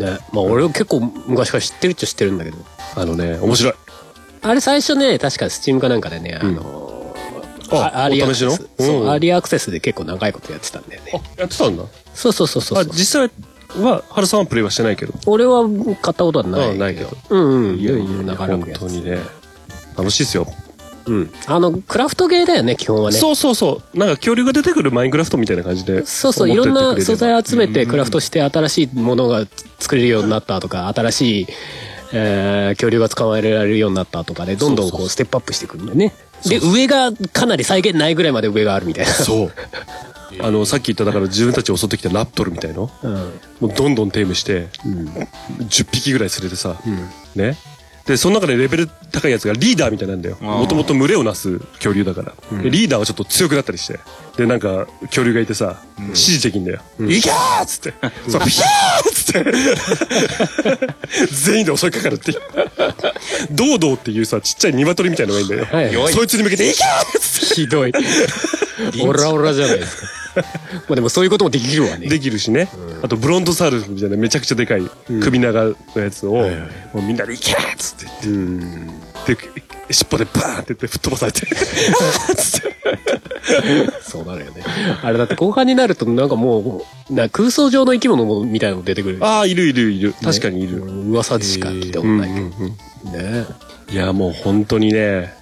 [SPEAKER 3] ね、まあ俺は結構昔から知ってるっちゃ知ってるんだけど。
[SPEAKER 2] あのね面白い
[SPEAKER 3] あれ最初ね、確かスチームかなんかでね、あのー、あアーリーア
[SPEAKER 2] お
[SPEAKER 3] ク
[SPEAKER 2] 試し
[SPEAKER 3] セ
[SPEAKER 2] の
[SPEAKER 3] ス。そうう、
[SPEAKER 2] ん
[SPEAKER 3] アーリーアクセスで結構長いことやってたんだよね。
[SPEAKER 2] やってたんだ
[SPEAKER 3] そうそうそうそう
[SPEAKER 2] あ。実際は春さんはプレイはしてないけど
[SPEAKER 3] 俺は買ったことはな
[SPEAKER 2] う
[SPEAKER 3] い。
[SPEAKER 2] んないけど。
[SPEAKER 3] うんうん。
[SPEAKER 2] いやいやいや
[SPEAKER 3] 長ら
[SPEAKER 2] 本
[SPEAKER 3] くや
[SPEAKER 2] 当
[SPEAKER 3] つ。
[SPEAKER 2] にね楽しいっすよ、
[SPEAKER 3] あの、クラフトゲーだよね、基本はね。
[SPEAKER 2] そうそうそうなんか恐竜が出てくるマインクラフトみたいな感じで
[SPEAKER 3] そうそう、
[SPEAKER 2] 持
[SPEAKER 3] い
[SPEAKER 2] ってって
[SPEAKER 3] ろん
[SPEAKER 2] くれれば
[SPEAKER 3] な素材集めてクラフトして新しいものが作れるようになったとか、新しい、えー恐竜が捕まえられるようになったとかで、どんどんこうステップアップしていくんだよね。で、上がかなり再現ないぐらいまで上があるみた いな。
[SPEAKER 2] そうあのさっき言っただから自分たちを襲ってきたラプトルみたいの、
[SPEAKER 3] うん。
[SPEAKER 2] もうどんどんテームして、10匹ぐらい連れてさ、ねでその中でレベル高いやつがリーダーみたいなんだよもともと群れをなす恐竜だから、でリーダーはちょっと強くなったりしてでなんか恐竜がいてさ、指示できんだよ「いけー!」っつって「そうピャー!」っつって全員で襲いかかるっていうドードーっていうさちっちゃい鶏みたいのがいいんだよ、
[SPEAKER 3] はい弱い
[SPEAKER 2] そいつに向けて「いけー!」っつって
[SPEAKER 3] ひどい。 オラオラじゃないですか。まあでもそういうこともできるわね。
[SPEAKER 2] できるしね、あとブロンドサウルスみたいなめちゃくちゃでかい首長のやつを、もうみんなで「いけ!」っつって言って、で尻尾でバーンってやって吹っ飛ば されて
[SPEAKER 3] そうなるよね。あれだって後半になるとなんかもう、な空想上の生き物もみたいなの出てくる。
[SPEAKER 2] ああいるいるいる確かにいる、
[SPEAKER 3] 噂しか聞いたことないけど。ね
[SPEAKER 2] いやもう本当にね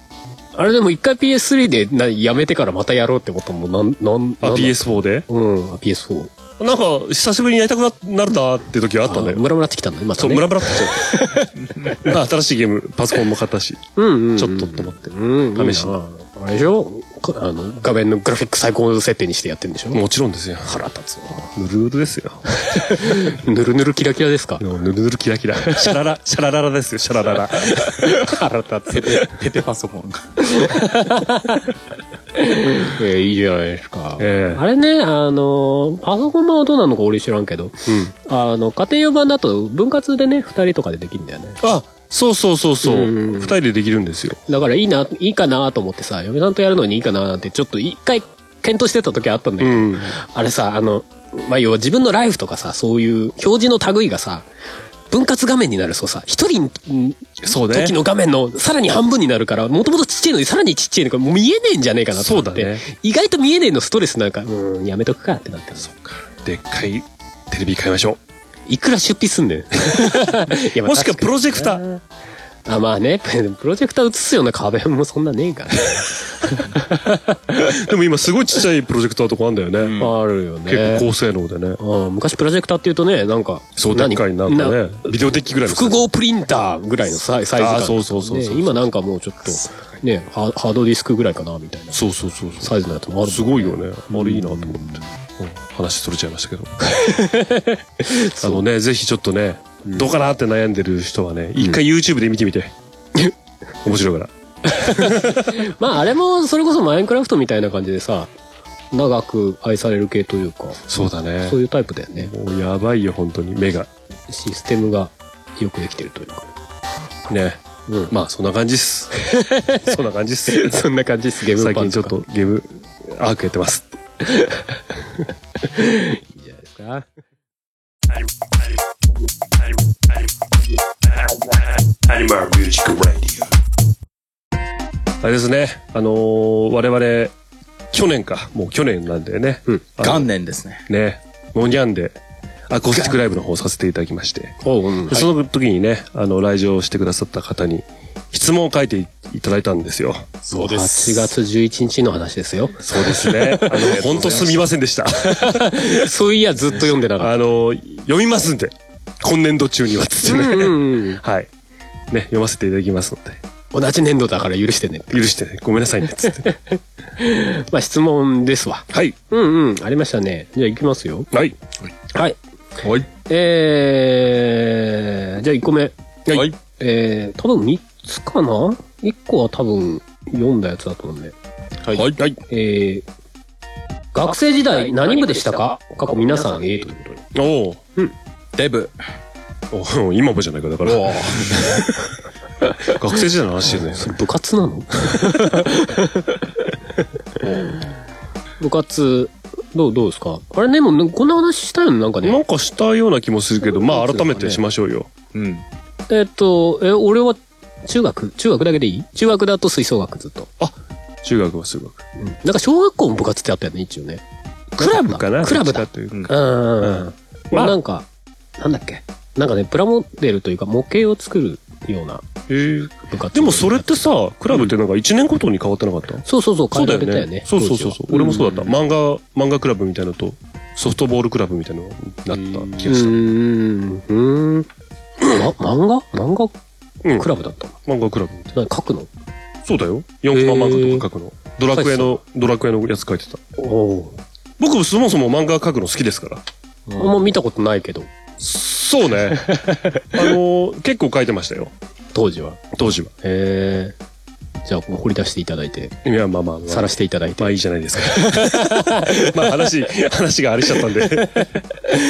[SPEAKER 3] あれでも一回 PS3 でなやめてからまたやろうってこともなん、なん、
[SPEAKER 2] あ
[SPEAKER 3] なんだ
[SPEAKER 2] PS4 で
[SPEAKER 3] うん、あ PS4。
[SPEAKER 2] なんか久しぶりにやりたくななるなーって時があったんだ
[SPEAKER 3] あ
[SPEAKER 2] よ
[SPEAKER 3] ムラムラってきたんだね、また
[SPEAKER 2] そう
[SPEAKER 3] ね。
[SPEAKER 2] ムラムラってきちゃうま あ新しいゲームパソコンも買ったし、ちょっとと思って、
[SPEAKER 3] うん、
[SPEAKER 2] 試しに
[SPEAKER 3] いいなあれでしょかあの、画面のグラフィック最高の設定にしてやってんでしょ
[SPEAKER 2] もちろんですよ
[SPEAKER 3] 腹立つわ。
[SPEAKER 2] ぬるぬるですよ
[SPEAKER 3] ぬるぬるキラキラですか
[SPEAKER 2] もうぬるぬるキラキラシャララシャラララですよシャララ ラ
[SPEAKER 3] 腹立つ。
[SPEAKER 6] ペテパソコンが。
[SPEAKER 3] えーいいじゃないですか。
[SPEAKER 2] ええ
[SPEAKER 3] あれね、あの、パソコンはどうなのか俺知らんけど、あの、家庭用版だと分割でね、二人とかでできるんだよね。
[SPEAKER 2] あそうそうそうそう二人でできるんですよ
[SPEAKER 3] だからいいな、いいかなと思ってさ、嫁さんとやるのにいいかななんて、ちょっと一回検討してた時あったんだけど、あれさ、あの、まあ、要は自分のライフとかさ、そういう表示の類がさ、分割画面になるそうさ、一人ん
[SPEAKER 2] そうね
[SPEAKER 3] 時の画面のさらに半分になるから、もともとちっちゃいのにさらにちっちゃいのがもう見えねえんじゃねえかなと思って。
[SPEAKER 2] そうだね
[SPEAKER 3] 意外と見えねえのストレスなんか、うん、やめとくかってなってる。
[SPEAKER 2] でっかいテレビ買いましょ
[SPEAKER 3] いくら出費すんねん。いや
[SPEAKER 2] う
[SPEAKER 3] まあ
[SPEAKER 2] もしくはプロジェクタ
[SPEAKER 3] 確
[SPEAKER 2] ー
[SPEAKER 3] かにあ、まあね、プロジェクター映すような壁もそんなねえからね。
[SPEAKER 2] でも今すごいちっちゃいプロジェクターとかあんだよね、
[SPEAKER 3] あるよね。
[SPEAKER 2] 結構高性能でね
[SPEAKER 3] うん昔プロジェクターっていうとねなんか
[SPEAKER 2] そうでっかいなんかねビデオデッキぐらいの
[SPEAKER 3] 複合プリンターぐらいのサイサイズ感
[SPEAKER 2] あーそうそうそうそう
[SPEAKER 3] ね今なんかもうちょっとね、ハハードディスクぐらいかな、みたいな
[SPEAKER 2] そうそうそうそう。
[SPEAKER 3] サイズのやつもあるもんね
[SPEAKER 2] すごいよね。あれいいなと思って。うん話それちゃいましたけど。 あのね、ぜひちょっとね、どうかなって悩んでる人はね、一回 YouTube で見てみ て。面白いから。
[SPEAKER 3] まあ、あれも、それこそマインクラフトみたいな感じでさ、長く愛される系というか、
[SPEAKER 2] そうだね
[SPEAKER 3] そう。いうタイプだよね。
[SPEAKER 2] もうやばいよ、本当に。目が。
[SPEAKER 3] システムがよくできてるというか。
[SPEAKER 2] ね。まあ、そんな感じっ す。そんな感じっす。
[SPEAKER 3] そんな感じです、ゲーム
[SPEAKER 2] 最
[SPEAKER 3] パン
[SPEAKER 2] 近ちょ
[SPEAKER 3] と
[SPEAKER 2] っ
[SPEAKER 3] か。
[SPEAKER 2] とゲームアークやってます。
[SPEAKER 3] いいじゃないですか。
[SPEAKER 2] あれですね。あのー我々、去年か。もう去年なんだよね。うん。
[SPEAKER 5] 元年ですね。
[SPEAKER 2] ね、モニャンでアコースティックライブの方をさせていただきまして、
[SPEAKER 3] おう、うん。
[SPEAKER 2] でその時にね、あの、来場してくださった方に質問を書いていただいたんですよ。
[SPEAKER 4] そうです。
[SPEAKER 3] 8月11日の話ですよ。
[SPEAKER 2] そうですね。 あの、本当すみませんでした。
[SPEAKER 3] そういや、ずっと読んでなかっ
[SPEAKER 2] あの、読みますんで、今年度中にはつって
[SPEAKER 3] た。
[SPEAKER 2] ね、
[SPEAKER 3] うん。
[SPEAKER 2] はい。ね、読ませていただきますので、
[SPEAKER 3] 同じ年度だから許してねって。
[SPEAKER 2] 許してね、ごめんなさいね、つって、 ね。
[SPEAKER 3] まあ、質問ですわ。
[SPEAKER 2] はい。
[SPEAKER 3] うんうん。ありましたね。じゃあ、行きますよ。
[SPEAKER 2] はい。
[SPEAKER 6] は
[SPEAKER 3] はい。
[SPEAKER 6] い。
[SPEAKER 3] えー、じゃあ1個目。
[SPEAKER 6] はい。
[SPEAKER 3] えー、多分3つかな ?1 個は多分読んだやつだと思うんで。
[SPEAKER 4] はい。
[SPEAKER 6] はい。はい。
[SPEAKER 3] えー、学生時代何部でしたか過去皆さん、ええということで。
[SPEAKER 2] おう
[SPEAKER 5] デブ。
[SPEAKER 2] おう今もじゃないか、だから。 学生時代の話だよね。
[SPEAKER 3] それ部活 なの部活、どう、どうですかあれね、もうこんな話したよね、なんか
[SPEAKER 2] な
[SPEAKER 3] ね。
[SPEAKER 2] んかしたような気もするけど、まあ改めてしましょうよ。
[SPEAKER 4] うん。
[SPEAKER 3] えっと、え、俺は中学中学だけでいい中学だと吹奏楽ずっと。
[SPEAKER 2] 中学は数学。
[SPEAKER 3] うん。なんか小学校も部活ってあったよね、一応ね。クラブだ
[SPEAKER 2] かな
[SPEAKER 3] クラブ
[SPEAKER 2] どっ
[SPEAKER 3] だ
[SPEAKER 2] ちかというと
[SPEAKER 3] うんうんうん。ま
[SPEAKER 2] ま
[SPEAKER 3] あ
[SPEAKER 2] あ
[SPEAKER 3] なんか、なんだっけ。なんかね、プラモデルというか模型を作るような
[SPEAKER 2] へえ
[SPEAKER 3] 部活。
[SPEAKER 2] でもそれってさ、クラブってなんか1年ごとに変わってなかった、
[SPEAKER 3] そうそうそう、変えられたよね。
[SPEAKER 2] そうそうそうそう。
[SPEAKER 3] 当時は
[SPEAKER 2] 俺もそうだった。漫画、漫画クラブみたいなのと、ソフトボールクラブみたいなのになった気
[SPEAKER 3] う
[SPEAKER 2] がした。
[SPEAKER 3] ん。うん。うんま、漫画漫
[SPEAKER 2] うん
[SPEAKER 3] 画クラブだったの
[SPEAKER 2] 漫画クラブみたい
[SPEAKER 3] 何書くの
[SPEAKER 2] な。そうだよ。4コマ漫画とか書くの。ドラクエの、ドラクエのやつ書いてた。
[SPEAKER 3] お
[SPEAKER 2] 僕そもそも漫画書くの好きですから。
[SPEAKER 3] あんま見たことないけど、
[SPEAKER 2] そう ね。あのー、結構書いてましたよ。
[SPEAKER 3] 当時は。
[SPEAKER 2] 当時は。
[SPEAKER 3] へえ。じゃあ、掘り出していただいて、
[SPEAKER 2] いや、まあまあまあ。
[SPEAKER 3] 晒していただいて。
[SPEAKER 2] まあいいじゃないですか。 まあ話、話があれしちゃったんで。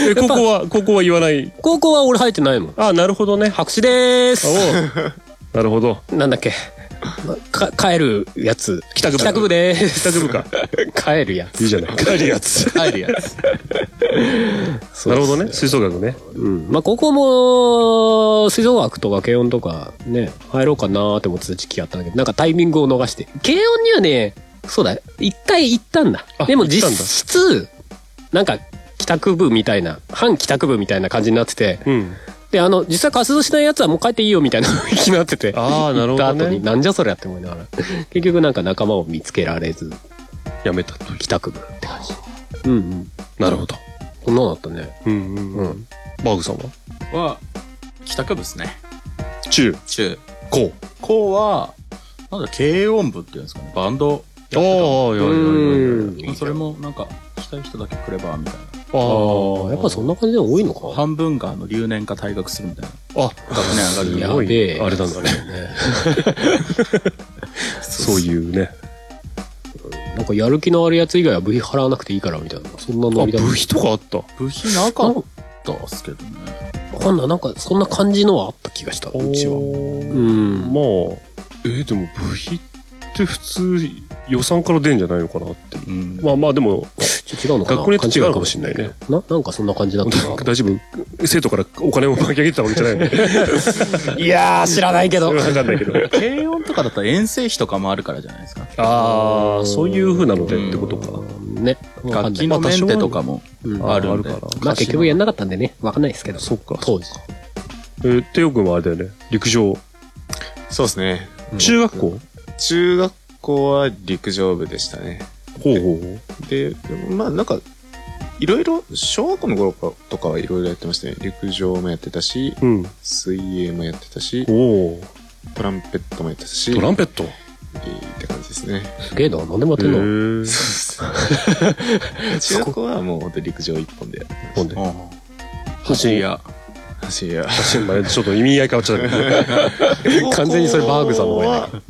[SPEAKER 2] え、ここは、ここは言わない。
[SPEAKER 3] 高校は俺入ってないもん。
[SPEAKER 2] あ、なるほどね。
[SPEAKER 3] 白紙でーす。
[SPEAKER 2] お うなるほど。
[SPEAKER 3] なんだっけ。か帰るやつ。帰
[SPEAKER 2] 宅部
[SPEAKER 3] でーす。
[SPEAKER 2] 帰宅部か。
[SPEAKER 3] 帰るやつ。
[SPEAKER 2] いいじゃない。帰るやつ。
[SPEAKER 5] 帰るや つ。
[SPEAKER 2] なるほどね。吹奏楽ね。
[SPEAKER 3] うん。まあ、高校も、吹奏楽とか軽音とかね、入ろうかなーって思ってた時期あったんだけど、なんかタイミングを逃して。軽音にはね、そうだ、一回行ったんだ。
[SPEAKER 2] あ
[SPEAKER 3] でも
[SPEAKER 2] 行った
[SPEAKER 3] 実
[SPEAKER 2] んだ
[SPEAKER 3] 質、なんか、帰宅部みたいな、反帰宅部みたいな感じになってて、
[SPEAKER 2] うん。
[SPEAKER 3] で、あの、実際活動しない奴はもう帰っていいよみたいな 雰囲気になってて、
[SPEAKER 2] ああ、なるほ
[SPEAKER 3] 行った
[SPEAKER 2] ど
[SPEAKER 3] 後に、
[SPEAKER 2] ね。
[SPEAKER 3] なんじゃそりゃって思いながら、結局なんか仲間を見つけられず、
[SPEAKER 2] やめたと。
[SPEAKER 3] 帰宅部って感じ。うんうん。
[SPEAKER 2] なるほど。
[SPEAKER 3] そんなのだったね。
[SPEAKER 2] うんうんうん。バーグさんは
[SPEAKER 5] は、帰宅部ですね。
[SPEAKER 2] 中、
[SPEAKER 5] 中。
[SPEAKER 2] 高。
[SPEAKER 5] 高は、なんだ、軽音部っていうんですかね。バンドやってた
[SPEAKER 2] ああ、いやいやいやいや。
[SPEAKER 3] うん。
[SPEAKER 5] まあそれもなんか、来たい人だけ来れば、みたいな。
[SPEAKER 2] あ
[SPEAKER 3] ああ、やっぱそんな感じで多いのか。
[SPEAKER 5] 半分があの留年か退学するみたいな。
[SPEAKER 2] あ、
[SPEAKER 5] 学年上がる
[SPEAKER 2] す
[SPEAKER 5] みたいな。
[SPEAKER 2] ごい
[SPEAKER 3] やべえ
[SPEAKER 2] あれなんだね。そういうね。
[SPEAKER 3] なんかやる気のあるやつ以外は部費払わなくていいからみたいな。そんな
[SPEAKER 2] あ、
[SPEAKER 3] ノ
[SPEAKER 2] 部
[SPEAKER 3] リだった。
[SPEAKER 2] 費とかあった。
[SPEAKER 5] 部品なかったっすけどね。
[SPEAKER 3] わかんない。なんかそんな感じのはあった気がした、うちは。
[SPEAKER 2] は。
[SPEAKER 3] うん。
[SPEAKER 2] まあ、えーでも部費って普通予算から出んじゃないのかなっていう。
[SPEAKER 5] うん。
[SPEAKER 2] まあまあでも、
[SPEAKER 3] ちょ違うのかな
[SPEAKER 2] 学校によって違うかもしんないね。
[SPEAKER 3] な、なんかそんな感じだったな。
[SPEAKER 2] 大丈夫 生徒からお金を巻き上げてたわけじゃ ないの
[SPEAKER 3] いやー、知らないけど
[SPEAKER 2] わかんないけど。
[SPEAKER 5] 軽音とかだったら遠征費とかもあるからじゃないですか。
[SPEAKER 2] ああ、そういう風なのでってことか。
[SPEAKER 3] ね。わか
[SPEAKER 5] 楽
[SPEAKER 3] んな
[SPEAKER 5] 器
[SPEAKER 3] い。
[SPEAKER 5] のメンテとかも
[SPEAKER 3] うん
[SPEAKER 5] あるんで。
[SPEAKER 2] あるから
[SPEAKER 3] まあ結局やんなかったんでね、わかんないですけど。
[SPEAKER 2] そっか。
[SPEAKER 3] 当時。
[SPEAKER 2] えー、テオ君はあれだよね。陸上。
[SPEAKER 4] そうですね。
[SPEAKER 2] 中学校
[SPEAKER 4] 中学校は陸上部でしたね。
[SPEAKER 2] ほうほうほう。
[SPEAKER 4] で、まあなんか、いろいろ、小学校の頃かとかはいろいろやってましたね。陸上もやってたし、
[SPEAKER 2] うん。
[SPEAKER 4] 水泳もやってたし
[SPEAKER 2] お、お。
[SPEAKER 4] トランペットもやってたし、
[SPEAKER 2] トランペット。
[SPEAKER 5] って感じですね。
[SPEAKER 3] すげえな。何でもやってんの
[SPEAKER 5] 中学校はもう本当陸上一本で。
[SPEAKER 3] ほんで。
[SPEAKER 7] 走り屋。
[SPEAKER 5] 走りや。
[SPEAKER 2] まあちょっと意味合い変わっちゃったけど。
[SPEAKER 3] 完全にそれバーグさんの方やね。
[SPEAKER 5] うん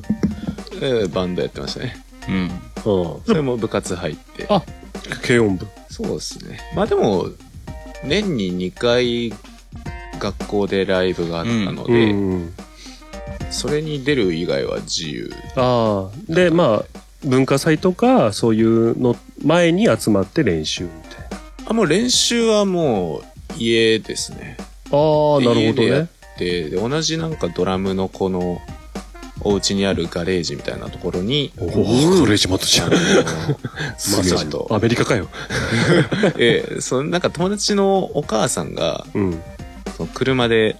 [SPEAKER 5] バンドやってましたね。
[SPEAKER 8] うん。
[SPEAKER 3] うん。
[SPEAKER 5] それも部活入って。
[SPEAKER 2] あ 軽音部。
[SPEAKER 5] そうですね。まあでも、年に2回学校でライブがあったの
[SPEAKER 2] う
[SPEAKER 5] で、
[SPEAKER 2] ん。
[SPEAKER 5] それに出る以外は自由。
[SPEAKER 2] ああ。で、まあ、文化祭とか、そういうの前に集まって練習みたいな。
[SPEAKER 5] あ、もう練習はもう家ですね。
[SPEAKER 2] ああ、なる
[SPEAKER 5] 家
[SPEAKER 2] ほど
[SPEAKER 5] でやっ
[SPEAKER 2] ね。
[SPEAKER 5] て、で、同じなんかドラムのこの、お家にあるガレージみたいなところ に、
[SPEAKER 2] おお、これ地元じゃん。ま
[SPEAKER 5] ま
[SPEAKER 2] さ
[SPEAKER 5] さ
[SPEAKER 2] に
[SPEAKER 5] と。
[SPEAKER 2] アメリカかよ。
[SPEAKER 5] ええ、そのなんか友達のお母さんが、
[SPEAKER 2] うん。
[SPEAKER 5] その車で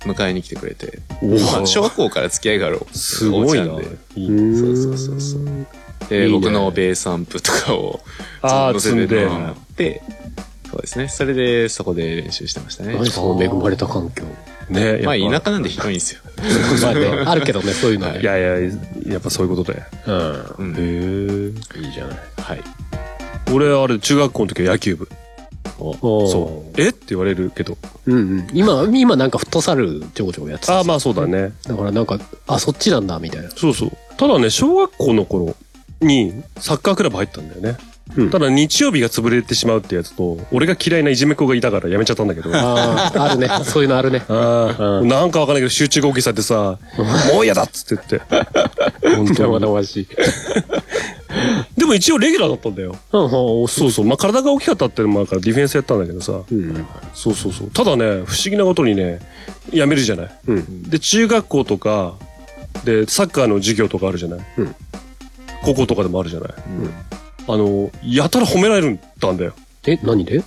[SPEAKER 5] 迎えに来てくれて、
[SPEAKER 2] お
[SPEAKER 5] まあ小学校から付き合いがあるお
[SPEAKER 2] すごいな。
[SPEAKER 5] お家ん
[SPEAKER 2] いいね
[SPEAKER 5] で。そうそうそうそう。
[SPEAKER 3] い
[SPEAKER 5] で、
[SPEAKER 3] いね
[SPEAKER 5] 僕のベースアンプとかを、
[SPEAKER 2] ああ、
[SPEAKER 5] 乗せ
[SPEAKER 2] 積ん
[SPEAKER 5] て
[SPEAKER 2] で。
[SPEAKER 5] もらって、そうですね。それで、そこで練習してましたね。
[SPEAKER 3] 何その恵まれ た環境。
[SPEAKER 2] ね
[SPEAKER 5] まあ、
[SPEAKER 2] やっ
[SPEAKER 5] 田舎なんで広いんですよ。
[SPEAKER 3] まあね、あるけどね、そういうの
[SPEAKER 2] ぱ
[SPEAKER 3] ね。
[SPEAKER 2] いやいや、やっぱそういうことで。
[SPEAKER 3] う
[SPEAKER 5] うん。
[SPEAKER 2] へえ。
[SPEAKER 3] ん。いいじゃない。
[SPEAKER 5] はい。
[SPEAKER 2] 俺、あれ、中学校の時は野球部。
[SPEAKER 3] そ
[SPEAKER 2] そう。えって言われるけど。
[SPEAKER 3] う。うんうん。今、今なんかフットサルちょこちょこやってた。
[SPEAKER 2] ああ、まあそうだね。
[SPEAKER 3] だからなんか、あ、そっちなんだ、みたいな。
[SPEAKER 2] そうそう。ただね、小学校の頃にサッカークラブ入ったんだよね。
[SPEAKER 3] うん
[SPEAKER 2] ただ日曜日が潰れてしまうってやつと、俺が嫌いないじめっ子がいたからやめちゃったんだけど。あ
[SPEAKER 3] ああ、あ るね。そういうのあるね。
[SPEAKER 2] あ、なんかわかんないけど集中が大きさって さ、もう嫌だっつ って言って。本当
[SPEAKER 3] 生
[SPEAKER 2] に
[SPEAKER 3] 々しい。
[SPEAKER 2] でも一応レギュラーだったんだよ。
[SPEAKER 3] うんうん、お
[SPEAKER 2] そうそう。まあ体が大きかったっていうのもあるからディフェンスやったんだけどさ。そうそうそう。ただね、不思議なことにね、やめるじゃない。で、中学校とか、で、サッカーの授業とかあるじゃない。高校とかでもあるじゃない。あの、やたら褒められたんだよ。
[SPEAKER 3] え、何で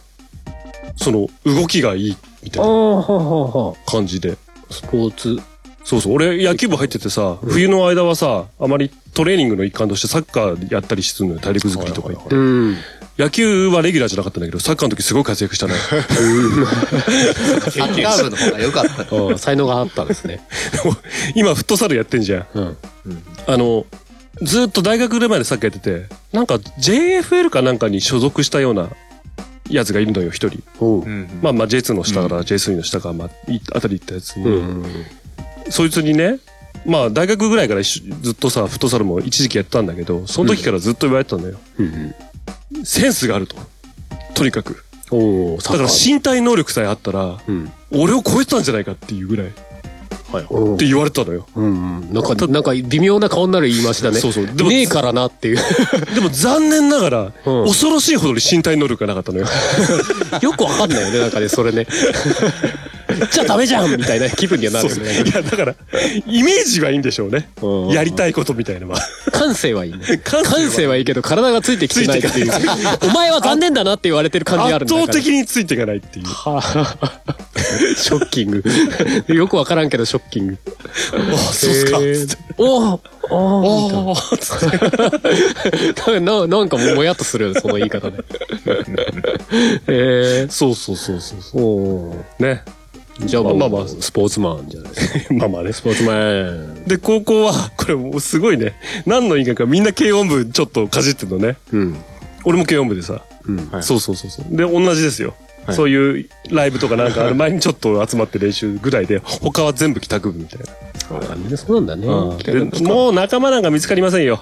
[SPEAKER 2] その、動きがいい、みたいな
[SPEAKER 3] ははは
[SPEAKER 2] 感じで。
[SPEAKER 3] スポーツ。
[SPEAKER 2] そうそう。俺、野球部入っててさ、冬の間はさ、あまりトレーニングの一環としてサッカーやったりするのよ。体力作りとか言って。
[SPEAKER 3] うん。
[SPEAKER 2] 野球はレギュラーじゃなかったんだけど、サッカーの時すごい活躍した ね。
[SPEAKER 7] サッカー部の方が良かった。
[SPEAKER 3] ああ才能があったんですね。
[SPEAKER 2] 今、フットサルやってんじゃん。
[SPEAKER 3] うん。
[SPEAKER 2] あの、ずっと大学ぐらいまでサッカーやってて、なんか JFL かなんかに所属したようなやつがいるのよ、一人。
[SPEAKER 5] うん。
[SPEAKER 2] まあまあ J2 の下から J3 の下から、まあ、いあたり行ったやつに、
[SPEAKER 3] うん。
[SPEAKER 2] そいつにね、まあ大学ぐらいから一緒ずっとさ、フットサルも一時期やってたんだけど、その時からずっと言われてたんだよ。
[SPEAKER 3] うん。
[SPEAKER 2] センスがあると。とにかく。
[SPEAKER 3] おお、サ
[SPEAKER 2] だから身体能力さえあったら、
[SPEAKER 3] うん。
[SPEAKER 2] 俺を超えてたんじゃないかっていうぐらい。って
[SPEAKER 3] うん。
[SPEAKER 2] 言われたのよ。
[SPEAKER 3] うん。なんか、なんか微妙な顔になる言い回しだね。
[SPEAKER 2] そうそうでも
[SPEAKER 3] ねえからな っていう。
[SPEAKER 2] でも残念ながら、
[SPEAKER 3] うん
[SPEAKER 2] 恐ろしいほどに身体能力がなかったのよ。
[SPEAKER 3] よくわかんないよね、なんかね、それ ね。じゃあダメじゃんみたいな気分にはなるよね。
[SPEAKER 2] いや、だから、イメージはいいんでしょうね。
[SPEAKER 3] うん
[SPEAKER 2] やりたいことみたいなのは。
[SPEAKER 3] 感性はいい ね。
[SPEAKER 2] 感性は
[SPEAKER 3] 感性はいいけど、体がついてきてないって いう。お前は残念だなって言われてる感じがある
[SPEAKER 2] 圧
[SPEAKER 3] んだ
[SPEAKER 2] 倒的についていかないっていう。
[SPEAKER 3] はあショッキング。よくわからんけど、ショッキング。
[SPEAKER 2] ああ、そうっすか。
[SPEAKER 3] へ
[SPEAKER 2] つ
[SPEAKER 3] ー
[SPEAKER 2] って
[SPEAKER 3] おーお
[SPEAKER 2] あ
[SPEAKER 3] ー
[SPEAKER 2] あ、つって
[SPEAKER 3] ななんかもうもやっとするよね、その言い方で。えー、
[SPEAKER 2] そうそうそうそうそ
[SPEAKER 3] おー
[SPEAKER 2] う。ね。
[SPEAKER 3] じゃあもう、
[SPEAKER 2] ま
[SPEAKER 3] ま
[SPEAKER 2] あ
[SPEAKER 3] あ
[SPEAKER 2] ま
[SPEAKER 3] ま
[SPEAKER 2] あ
[SPEAKER 3] あ、スポーツマンじゃないですか。
[SPEAKER 2] まあまあね。
[SPEAKER 3] スポーツマン。
[SPEAKER 2] で、高校は、これもうすごいね。何の因果かみんな軽音部ちょっとかじってんのね。
[SPEAKER 3] うん。
[SPEAKER 2] 俺も軽音部でさ。
[SPEAKER 5] はい
[SPEAKER 2] そうそうそうそう。で、同じですよ。
[SPEAKER 5] はい
[SPEAKER 2] そういうライブとかなんかある前にちょっと集まって練習ぐらいで、他は全部帰宅部みたいな。
[SPEAKER 3] あみんなそうなんだね。
[SPEAKER 2] でもう仲間なんか見つかりません よ。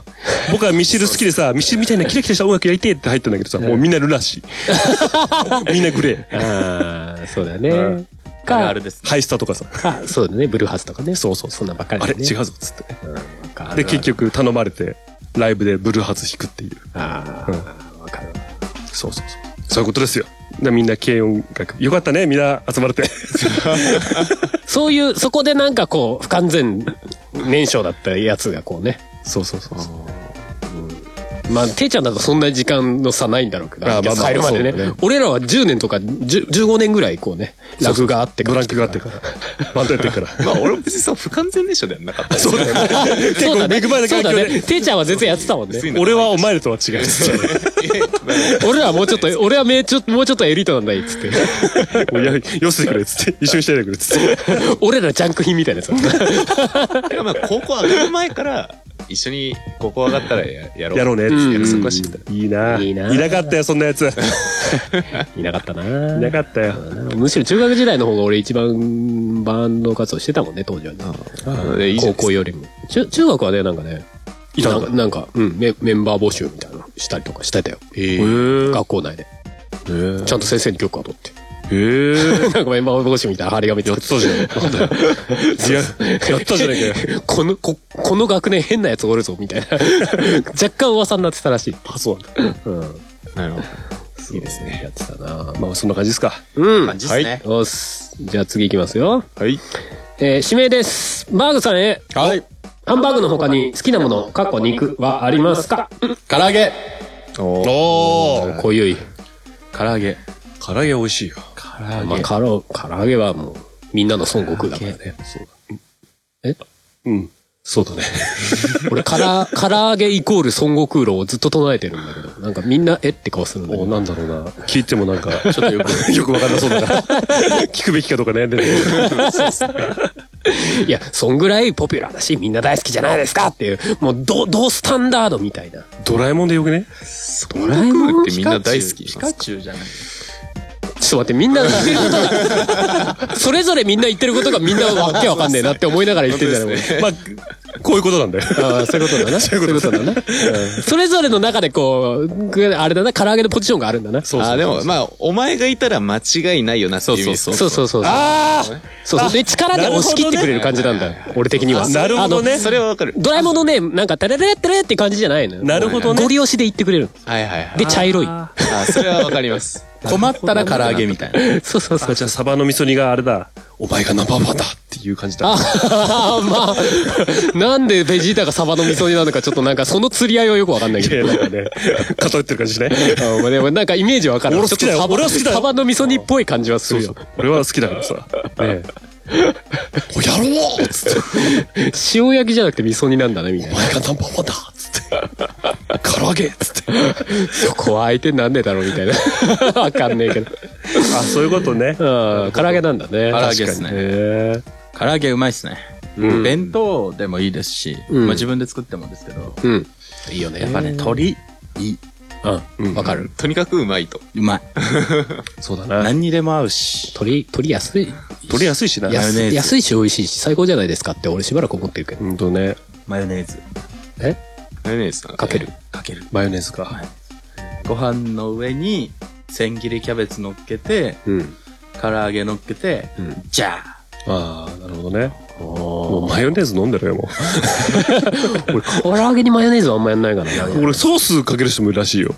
[SPEAKER 2] 僕はミシル好きでさ、ミシルみたいなキラキラした音楽やりてえって入ったんだけどさ、もうみんなルナシ ー。みんなグレー。
[SPEAKER 3] ああ、そうだよね。
[SPEAKER 5] あれ
[SPEAKER 3] か、
[SPEAKER 5] あれです。
[SPEAKER 2] ハイスタとかさ、
[SPEAKER 3] か、そうだね、ブルーハースとかね。そうそう、そんなんばっかり
[SPEAKER 2] あ
[SPEAKER 3] だ
[SPEAKER 2] れ
[SPEAKER 3] ね。
[SPEAKER 2] 違うぞっつってね。
[SPEAKER 3] なんかある
[SPEAKER 2] で、結局頼まれて、ライブでブルーハーツ弾くっていう。
[SPEAKER 3] ああ、わかるわ。
[SPEAKER 2] そうそうそう。そういうことですよ。でみんな軽音楽。よかったね、みんな集 まれて。
[SPEAKER 3] そういう、そこでなんかこう、不完全燃焼だったやつがこうね。
[SPEAKER 2] そうそうそうそう。
[SPEAKER 3] まあ、ていちゃんだとそんな時間の差ないんだろうけど、
[SPEAKER 2] あーまあまあ
[SPEAKER 3] 帰るまでね
[SPEAKER 2] そうだね
[SPEAKER 3] 俺らは10年とか10 15年ぐらいこうね、ラグがあって
[SPEAKER 2] ブ
[SPEAKER 3] か
[SPEAKER 2] ラ
[SPEAKER 3] ら
[SPEAKER 2] ンクがあってから。バンドやってるから。
[SPEAKER 5] まあ、俺も別にそう不完全燃焼ではなかったです。
[SPEAKER 2] そうだよね。結
[SPEAKER 3] そう
[SPEAKER 2] 構
[SPEAKER 3] だね
[SPEAKER 2] 恵まれ。た
[SPEAKER 3] そう
[SPEAKER 2] 環
[SPEAKER 3] だ
[SPEAKER 2] 境
[SPEAKER 3] ね。
[SPEAKER 2] で。
[SPEAKER 3] ていちゃんは全然やってたもんね。
[SPEAKER 2] 俺はお前らとは違う。
[SPEAKER 3] 俺らはもうちょっと、俺はめちょもうちょっとエリートなんだいっ つって。
[SPEAKER 2] もうやよせてくれっつって。一緒にしてやれくれっつって。
[SPEAKER 3] 俺らジャンク品みたいなやつだ。
[SPEAKER 5] だからまあ、高校上がる前から、
[SPEAKER 4] 一緒にここ上がったらややろう。
[SPEAKER 2] やろうねっつ
[SPEAKER 3] う
[SPEAKER 2] っ
[SPEAKER 3] ん
[SPEAKER 2] て
[SPEAKER 4] 約束はしてた。
[SPEAKER 2] いいないい
[SPEAKER 3] いない
[SPEAKER 2] なかったよそんなやつ
[SPEAKER 3] いなかったな。
[SPEAKER 2] いなかったよ
[SPEAKER 3] むしろ中学時代の方が俺一番バンド活動してたもんね、当時はね。
[SPEAKER 4] で以
[SPEAKER 3] 高
[SPEAKER 4] 上です
[SPEAKER 3] 校よりも。中中学はね、なんかね、
[SPEAKER 2] いたんだ
[SPEAKER 3] ななんか、うんメ、メンバー募集みたいなのしたりとかしてたよ。
[SPEAKER 2] へー
[SPEAKER 3] 学校内で。ちゃんと先生に許可を取って。
[SPEAKER 2] へえ
[SPEAKER 3] なんかメンバー募集みたいな張り紙
[SPEAKER 2] や
[SPEAKER 3] 作
[SPEAKER 2] っ
[SPEAKER 3] って
[SPEAKER 2] たじゃんや やったじゃないかよ
[SPEAKER 3] この、こ、この学年変なやつおるぞ、みたいな。若干噂になってたらしい。あ、そうなんだ。うん。
[SPEAKER 4] なるほど。
[SPEAKER 3] いいですね。やってたな
[SPEAKER 2] まあそんな感じですか
[SPEAKER 3] うん。
[SPEAKER 6] 感じですね。
[SPEAKER 3] よし。じゃあ次いきますよ。
[SPEAKER 4] はい。
[SPEAKER 3] えー指名です。バーグさんへ。
[SPEAKER 5] はい。
[SPEAKER 3] ハンバーグの他に好きなもの、かっこ肉はありますか
[SPEAKER 5] 唐揚げ
[SPEAKER 2] おお
[SPEAKER 3] 濃ゆい。
[SPEAKER 4] 唐揚げ。
[SPEAKER 2] 唐揚げ美味しいよ
[SPEAKER 3] まあ、から、唐揚げはもう、みんなの孫悟空だからね。そうだ。え
[SPEAKER 2] うん。
[SPEAKER 3] そ うだね。俺、から、唐揚げイコール孫悟空論をずっと唱えてるんだけど、なんかみんな、えって顔するんだけど。なんだろうな。
[SPEAKER 2] 聞いてもなんか ちょっとよくよくわかんなそうだから 聞くべきかどうか悩んでる
[SPEAKER 3] いや、そんぐらいポピュラーだし、みんな大好きじゃないですかっていう、もう、ど、どスタンダードみたいな。
[SPEAKER 2] ドラえもんでよくね
[SPEAKER 4] ドラえもんってみんな大好き
[SPEAKER 6] ピカチュウじゃない。
[SPEAKER 3] ちょっと待って、みんな言ってることが、 それぞれみんな言ってることがみんなわけわかんねえなって思いながら言ってんじゃない
[SPEAKER 2] まあこういうことなんだよ
[SPEAKER 3] ああ、そういうことだな。 そういうことだな。うんそれぞれの中でこう、ぐあれだな、唐揚げのポジションがあるんだな。そう
[SPEAKER 4] あー、でも、まあ、お前がいたら間違いないよなっていう意味ですね。
[SPEAKER 3] そうそうそう。
[SPEAKER 2] あ
[SPEAKER 3] そうそう。で、力で押し切ってくれる感じなんだよ。俺的には。
[SPEAKER 2] あなるほど
[SPEAKER 3] あの。
[SPEAKER 2] ね
[SPEAKER 4] それはわかる。
[SPEAKER 3] ドラえもんのね、なんか、テレレテレレって感じじゃないのよ。
[SPEAKER 2] なるほどね
[SPEAKER 3] ゴリ押しで言ってくれる
[SPEAKER 4] はいはいはい。
[SPEAKER 3] で、茶色い。
[SPEAKER 4] あーそれはわかります。
[SPEAKER 5] 困ったら唐揚げみたいな。
[SPEAKER 3] そうそうそう。
[SPEAKER 2] じゃあサバの味噌煮があれだお前がナンバーワンだっていう感じだ
[SPEAKER 3] ああ、まあ、なんでベジータがサバの味噌煮なのか、ちょっとなんか、その釣り合いはよくわかんない
[SPEAKER 2] い
[SPEAKER 3] け
[SPEAKER 2] や
[SPEAKER 3] ど。
[SPEAKER 2] なんかね偏ってる感じしない
[SPEAKER 3] あお前でもなんかイメージわかる。
[SPEAKER 2] 俺好きだよ
[SPEAKER 3] ちょっとサバ
[SPEAKER 2] 俺は好きだよ
[SPEAKER 3] サバの味噌煮っぽい感じはす
[SPEAKER 2] そう
[SPEAKER 3] る
[SPEAKER 2] そう
[SPEAKER 3] よ。
[SPEAKER 2] 俺は好きだからさねえおやろうっつって
[SPEAKER 3] 塩焼きじゃなくて味噌煮なんだね、みたいな
[SPEAKER 2] お。 前がナンバーワンだっつって 唐揚げっつって
[SPEAKER 3] そこは相手なんでだろうみたいな。 わかんねえけど。
[SPEAKER 2] あそういうことね
[SPEAKER 3] うん、唐揚げなんだね。
[SPEAKER 5] 唐揚げです
[SPEAKER 3] 確か
[SPEAKER 5] ね
[SPEAKER 3] にへえ
[SPEAKER 5] 唐揚げうまいっすね。弁当でもいいですし、
[SPEAKER 3] うん
[SPEAKER 5] まあ自分で作ってもですけど、
[SPEAKER 3] うん。いいよね。
[SPEAKER 5] やっぱね、鶏、いい。
[SPEAKER 3] うん。わかる。
[SPEAKER 4] とにかくうまいと。
[SPEAKER 5] うまい。
[SPEAKER 3] そうだな。
[SPEAKER 5] 何にでも合うし。
[SPEAKER 3] 鳥、鳥安い。
[SPEAKER 2] 取りやすいしな
[SPEAKER 5] やマヨ
[SPEAKER 3] 安
[SPEAKER 5] ネー
[SPEAKER 3] い
[SPEAKER 5] ズ
[SPEAKER 3] 安いし美味しいし、最高じゃないですかって俺しばらく思ってるけど。
[SPEAKER 2] うんとね
[SPEAKER 5] マヨネーズ。
[SPEAKER 3] え
[SPEAKER 4] マヨネーズだね
[SPEAKER 3] かける。
[SPEAKER 5] かける。
[SPEAKER 2] マヨネーズか
[SPEAKER 5] ご飯の上に、千切りキャベツ乗っけて、
[SPEAKER 2] うん
[SPEAKER 5] 唐揚げ乗っけて、じゃあ。
[SPEAKER 2] ああなるほどねもうマヨネーズ飲んでるよも
[SPEAKER 3] 俺、唐揚げにマヨネーズはあんまやんないからな。
[SPEAKER 2] う俺ソースかける人もいるらしいよ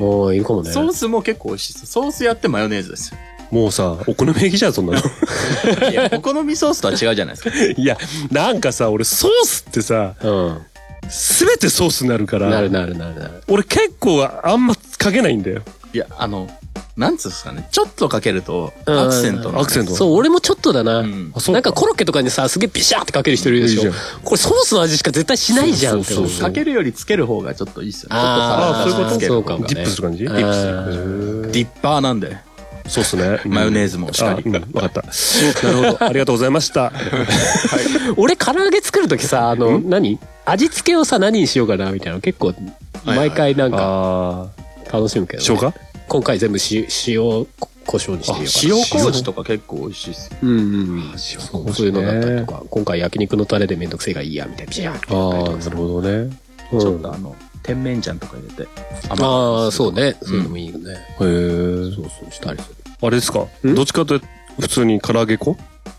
[SPEAKER 3] おー、いるかもね。
[SPEAKER 5] ソースも結構美味しいです。ソースやってマヨネーズですよ。
[SPEAKER 2] もうさお好み焼きじゃんそんなの
[SPEAKER 5] いや、お好みソースとは違うじゃないですか。
[SPEAKER 2] いやなんかさ俺ソースってさ
[SPEAKER 3] う
[SPEAKER 2] 全てソースになるか
[SPEAKER 3] ん。な
[SPEAKER 2] ら
[SPEAKER 3] るなるなるなる。
[SPEAKER 2] 俺結構あんまかけないんだよ
[SPEAKER 5] いや、あの、なんつうんですかね、ちょっとかけると、アクセント
[SPEAKER 2] アクセント
[SPEAKER 3] そう、俺もちょっとだな。
[SPEAKER 5] ん
[SPEAKER 2] あそう
[SPEAKER 3] な
[SPEAKER 2] か
[SPEAKER 3] んかコロッケとかにさ、すげえビシャーってかける人いるでし
[SPEAKER 2] い
[SPEAKER 3] ょ
[SPEAKER 2] るじ。
[SPEAKER 3] これソースの味しか絶対しないじゃんって思う。
[SPEAKER 5] かけるよりつける方がちょっといいっすよね。
[SPEAKER 3] あ
[SPEAKER 2] ー
[SPEAKER 5] ちょっとサラダ
[SPEAKER 2] そう
[SPEAKER 5] つけ
[SPEAKER 3] そ
[SPEAKER 5] る
[SPEAKER 3] うかもね。
[SPEAKER 2] ディップする感じ
[SPEAKER 3] あー
[SPEAKER 2] ディップする感じ
[SPEAKER 5] ディッパーなんで。
[SPEAKER 2] そうっすね。
[SPEAKER 5] マヨネーズもしっかり
[SPEAKER 2] あうん、わかった。なる ほど。ありがとうございました。
[SPEAKER 3] 俺唐揚げ作る時さあの何味付けをさ何にしようかなみたいなの結構毎回なんか
[SPEAKER 2] あ
[SPEAKER 3] 楽しむけど、ね
[SPEAKER 2] 消化
[SPEAKER 3] 今回全部し塩こ胡椒にしてみようかな
[SPEAKER 5] とか結構美味しいっすよ。
[SPEAKER 3] 塩うんうんうんそうそういうのだったりと
[SPEAKER 2] か。
[SPEAKER 3] か今回焼肉のタレでめんどくせえがいいやみたいなピシャーって
[SPEAKER 2] あ
[SPEAKER 3] やったり
[SPEAKER 2] あ、な
[SPEAKER 3] とか
[SPEAKER 2] るほどね。
[SPEAKER 3] うん
[SPEAKER 5] ちょっとあの、甜麺醤とか入れて。
[SPEAKER 3] ああそうねそういうのもいいよね、
[SPEAKER 2] へえ。
[SPEAKER 3] そうそうしたりする
[SPEAKER 2] あれですかどっちかというと普通に唐揚げ粉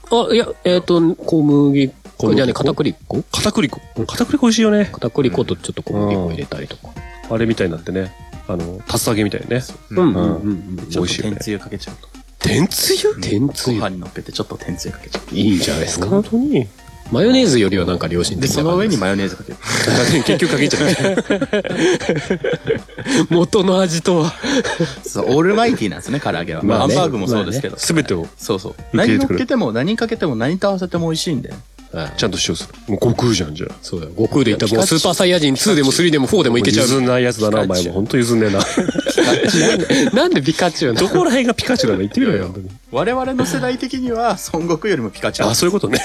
[SPEAKER 3] あいやえっ、と小麦
[SPEAKER 2] 麦粉
[SPEAKER 3] 粉じゃね片栗粉
[SPEAKER 2] 片栗粉。片栗粉美味しいよね。
[SPEAKER 3] 片栗粉とちょっと小麦粉を入れたりとか
[SPEAKER 2] あれみたいになってね。あの、竜田揚げみたいにね。
[SPEAKER 3] うんうん
[SPEAKER 2] うん
[SPEAKER 3] うん
[SPEAKER 2] 美味しいよね
[SPEAKER 5] 天。つゆかけちゃうと。
[SPEAKER 2] 天つゆ
[SPEAKER 3] 天つゆ
[SPEAKER 5] ご飯に乗っけてちょっと天つゆかけちゃう。
[SPEAKER 3] いいんじゃないですか
[SPEAKER 2] 本当に
[SPEAKER 3] マヨネーズよりはなんか良心
[SPEAKER 5] で、
[SPEAKER 3] 的
[SPEAKER 5] そ
[SPEAKER 3] な
[SPEAKER 5] の
[SPEAKER 3] 感
[SPEAKER 5] 上
[SPEAKER 3] じ で
[SPEAKER 5] に
[SPEAKER 3] す
[SPEAKER 5] マヨネーズかける。
[SPEAKER 2] 結局かけちゃう。
[SPEAKER 3] 元の味とは
[SPEAKER 5] そう、オールマイティーなんですね、唐揚げは。
[SPEAKER 3] ま
[SPEAKER 5] ハ
[SPEAKER 3] あね
[SPEAKER 5] ンバーグもそうですけど。
[SPEAKER 2] すべてを。
[SPEAKER 5] そうそう。
[SPEAKER 2] 入れ
[SPEAKER 5] 何
[SPEAKER 2] て
[SPEAKER 5] 乗
[SPEAKER 2] く
[SPEAKER 5] っ
[SPEAKER 2] れ
[SPEAKER 5] けても何かけても何と合わせても美味しいんで。
[SPEAKER 3] はい
[SPEAKER 2] ちゃんと使用する。もう悟空じゃん、じゃあ。
[SPEAKER 3] そうだよ。悟空で言ったらも
[SPEAKER 5] いうや
[SPEAKER 3] スーパーサイヤ人2でも3でも4でもいけちゃう。
[SPEAKER 2] 譲んないやつだな、お前も。本当譲んねえな。
[SPEAKER 3] なんでピカチュウ な
[SPEAKER 2] どこら辺がピカチュウなの言ってみろよ。
[SPEAKER 5] 我々の世代的には 孫悟空よりもピカチュウ
[SPEAKER 2] あ、そういうことね。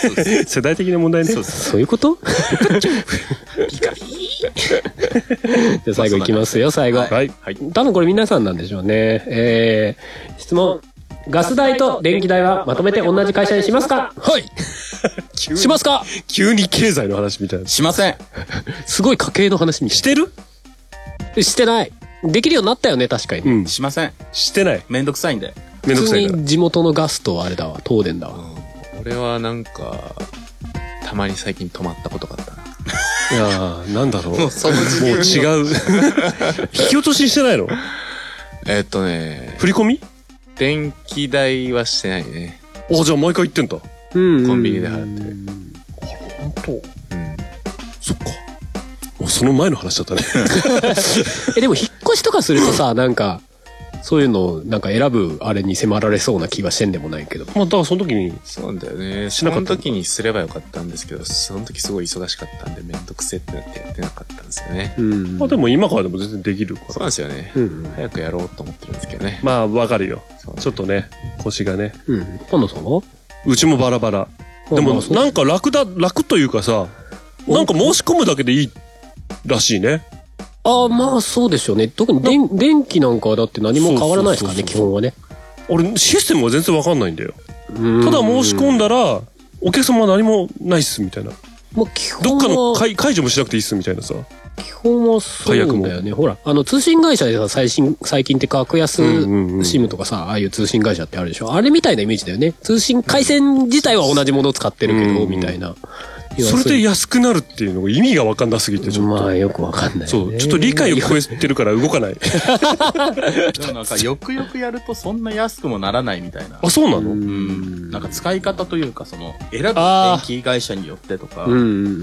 [SPEAKER 2] 世代的な問題ね。
[SPEAKER 3] そういうことピカピ じゃあ最後いきますよ、最後。
[SPEAKER 2] はい。
[SPEAKER 3] 多分これ皆さんなんでしょうね。えー、質問。ガス代と電気代はまとめて同じ会社にしますかはい しますか
[SPEAKER 2] 急に経済の話みたいな。
[SPEAKER 5] しません
[SPEAKER 3] すごい家計の話にし
[SPEAKER 2] してる
[SPEAKER 3] てしてない。できるようになったよね、確かに。
[SPEAKER 2] うん。
[SPEAKER 5] しません
[SPEAKER 2] してない。
[SPEAKER 5] めんどくさい んで
[SPEAKER 2] めんどく
[SPEAKER 3] 普通
[SPEAKER 2] さいから。
[SPEAKER 3] に地元のガスとあれだわ、東電だわ。
[SPEAKER 4] 俺はなんか、たまに最近泊まったことがあったな。
[SPEAKER 2] いやーなんだろう。もう
[SPEAKER 6] その時点
[SPEAKER 2] 違う。引き落とししてないの
[SPEAKER 4] えっとね、
[SPEAKER 2] 振り込み
[SPEAKER 4] 電気代はしてないね。
[SPEAKER 2] あ、じゃあ毎回行ってんだ。
[SPEAKER 3] うん
[SPEAKER 4] コンビニで払ってる。
[SPEAKER 2] 本当
[SPEAKER 4] うん。
[SPEAKER 2] そっか。もうその前の話だ ったね。
[SPEAKER 3] え、でも引っ越しとかするとさ、 なんか、そういうのをなんか選ぶあれに迫られそうな気はしてんでもないけど。
[SPEAKER 2] まあ、だからその時に、
[SPEAKER 4] そうなんだよね。
[SPEAKER 2] し
[SPEAKER 4] そ
[SPEAKER 2] なかった
[SPEAKER 4] の
[SPEAKER 2] んだ
[SPEAKER 4] 時にすればよかったんですけど、その時すごい忙しかったんでめんどくせえってなってやってなかったんですよね。
[SPEAKER 3] うん
[SPEAKER 2] まあでも今からでも全然できるか
[SPEAKER 4] そう
[SPEAKER 2] ら。
[SPEAKER 4] なんですよね。早くやろうと思ってるんですけどね。
[SPEAKER 2] まあ、わかるよ
[SPEAKER 4] そう。
[SPEAKER 2] ちょっとね、腰がね。
[SPEAKER 3] うん。パンダさんは
[SPEAKER 2] うちもバラバラ。で
[SPEAKER 3] ま
[SPEAKER 2] も、
[SPEAKER 3] あそう
[SPEAKER 2] なんか楽だ、楽というかさ、なんか申し込むだけでいいらしいね。
[SPEAKER 3] ああ、まあそうでしょうね。特に電電気なんかはだって何も変わらないですからね、
[SPEAKER 2] そう
[SPEAKER 3] 基
[SPEAKER 2] そうそうそう
[SPEAKER 3] 本はね。
[SPEAKER 2] 俺、システムが全然わかんないんだよ。ただ
[SPEAKER 3] ただ
[SPEAKER 2] 申し込んだら、お客様は何もないっす、みたいな。
[SPEAKER 3] まあ基本
[SPEAKER 2] どっかの
[SPEAKER 3] は、
[SPEAKER 2] 解解除もしなくていいっす、みたいなさ。
[SPEAKER 3] 基本はそうだよね。ほら、あの通信会社でさ、最新、最近って格安
[SPEAKER 2] うんうんうん
[SPEAKER 3] シムとかさ、ああいう通信会社ってあるでしょ。あれみたいなイメージだよね。通信回線自体は同じものを使ってるけ
[SPEAKER 2] うんう
[SPEAKER 3] ど、
[SPEAKER 2] ん
[SPEAKER 3] みたいな。
[SPEAKER 2] それで安くなるっていうのが意味がわかんなすぎて、ちょっと。
[SPEAKER 3] まあよくわかんない、ね。
[SPEAKER 2] そう、ちょっと理解を超えてるから動かない。
[SPEAKER 5] でもなんかよくよくやるとそんな安くもならないみたいな
[SPEAKER 2] あ、そうな
[SPEAKER 5] う
[SPEAKER 2] の
[SPEAKER 5] んなんか使い方というかその選ぶ電
[SPEAKER 2] あー
[SPEAKER 5] 気会社によってとか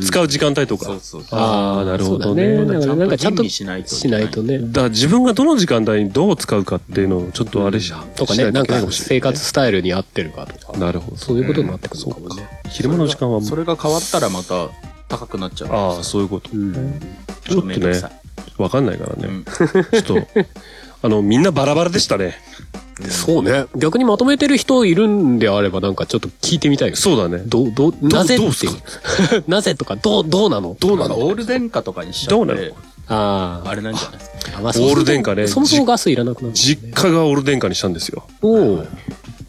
[SPEAKER 2] 使う時間帯と
[SPEAKER 5] そう
[SPEAKER 2] か。
[SPEAKER 5] そうそう
[SPEAKER 2] ああ、なるほど
[SPEAKER 3] そう
[SPEAKER 2] ね。
[SPEAKER 3] だねだからなんかちゃんと
[SPEAKER 5] 吟味しないと
[SPEAKER 3] しないとね。
[SPEAKER 2] だから自分がどの時間帯にどう使うかっていうのをちょっとあれし、
[SPEAKER 3] とか
[SPEAKER 2] し
[SPEAKER 3] ね、
[SPEAKER 2] いと
[SPEAKER 3] ないん
[SPEAKER 2] けい
[SPEAKER 3] か
[SPEAKER 2] もしれ
[SPEAKER 3] 生
[SPEAKER 2] ない
[SPEAKER 3] 活スタイルに合ってるかとか、
[SPEAKER 2] なるほど。
[SPEAKER 3] そういうことになってくるのかもね。
[SPEAKER 2] 昼間の時間はも、
[SPEAKER 5] そうれが変わったらまた高くなっちゃう
[SPEAKER 2] ああ、そういうこと。ち
[SPEAKER 5] ち
[SPEAKER 2] ょ
[SPEAKER 5] ょ
[SPEAKER 2] っ
[SPEAKER 5] っ
[SPEAKER 2] と
[SPEAKER 5] と
[SPEAKER 2] ね
[SPEAKER 5] めんどくさい
[SPEAKER 2] わかんないから
[SPEAKER 5] う
[SPEAKER 2] ね
[SPEAKER 5] ん。
[SPEAKER 2] ちょっと、あの、みんなバラバラでしたね。
[SPEAKER 3] そうね。逆にまとめてる人いるんであれば、なんかちょっと聞いてみたいよ。
[SPEAKER 2] そうだね。
[SPEAKER 3] どう、どう、なぜって
[SPEAKER 2] どう
[SPEAKER 3] いう。 なぜとか、どう、どうなのどう
[SPEAKER 5] なんかオール電化とかにしちゃ
[SPEAKER 2] どう
[SPEAKER 5] っ
[SPEAKER 2] な
[SPEAKER 5] て
[SPEAKER 2] の
[SPEAKER 3] あー
[SPEAKER 5] あれなんじゃないですか
[SPEAKER 3] あまあそも
[SPEAKER 2] オ
[SPEAKER 3] そも
[SPEAKER 2] ール電化ね
[SPEAKER 3] そもそもガスいらなくなる。
[SPEAKER 2] 実家がオール電化にしたんですよ。
[SPEAKER 3] おう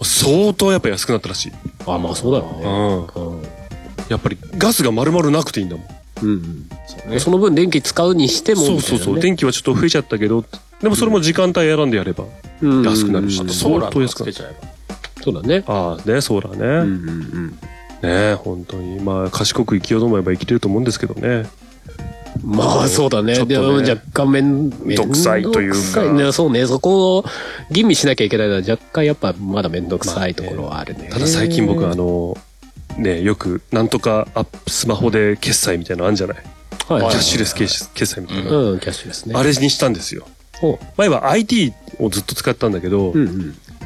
[SPEAKER 2] 相当やっぱ安くなったらしい。
[SPEAKER 3] あ、まあそうだよ
[SPEAKER 2] う
[SPEAKER 3] ね。
[SPEAKER 2] ん。
[SPEAKER 3] う
[SPEAKER 2] やっぱりガスが丸々なくていいんだもん。
[SPEAKER 3] ん。その分電気使うにしても、
[SPEAKER 2] そうそうそう。
[SPEAKER 3] みたい
[SPEAKER 2] 電気はちょっと増えちゃったけど、でもそれも時間帯選んでやれば
[SPEAKER 3] なね
[SPEAKER 2] 安くなるし
[SPEAKER 3] う、ん
[SPEAKER 5] ソー
[SPEAKER 2] 相
[SPEAKER 5] ラーと
[SPEAKER 2] 当
[SPEAKER 5] か
[SPEAKER 2] 安
[SPEAKER 5] つ
[SPEAKER 2] くな
[SPEAKER 5] け
[SPEAKER 2] る。
[SPEAKER 5] ちゃえば
[SPEAKER 3] そうだね。
[SPEAKER 2] ああ、ね、そうだね。ね本当に。まあ、賢く生きようと思えば生きれると思うんですけどね。
[SPEAKER 3] まあそうだね。
[SPEAKER 2] ちょっとね
[SPEAKER 3] でも若干面、面
[SPEAKER 2] どくさいというか
[SPEAKER 3] ね、そうね。そこを吟味しなきゃいけないのは若干やっぱまだ面倒くさいところはあるね。
[SPEAKER 2] ただ最近僕あの、ね、よく、なんとかアップスマホで決済みたいなのあるんじゃない
[SPEAKER 3] はい、
[SPEAKER 2] キャ
[SPEAKER 3] キャ
[SPEAKER 2] ッ
[SPEAKER 3] ッシ
[SPEAKER 2] シュレス決済決済みたいな。
[SPEAKER 3] ュ。うん、キャッシュですね。
[SPEAKER 2] あれにしたんですよ。
[SPEAKER 3] ほ
[SPEAKER 2] 前は IT をずっと使ったんだけど、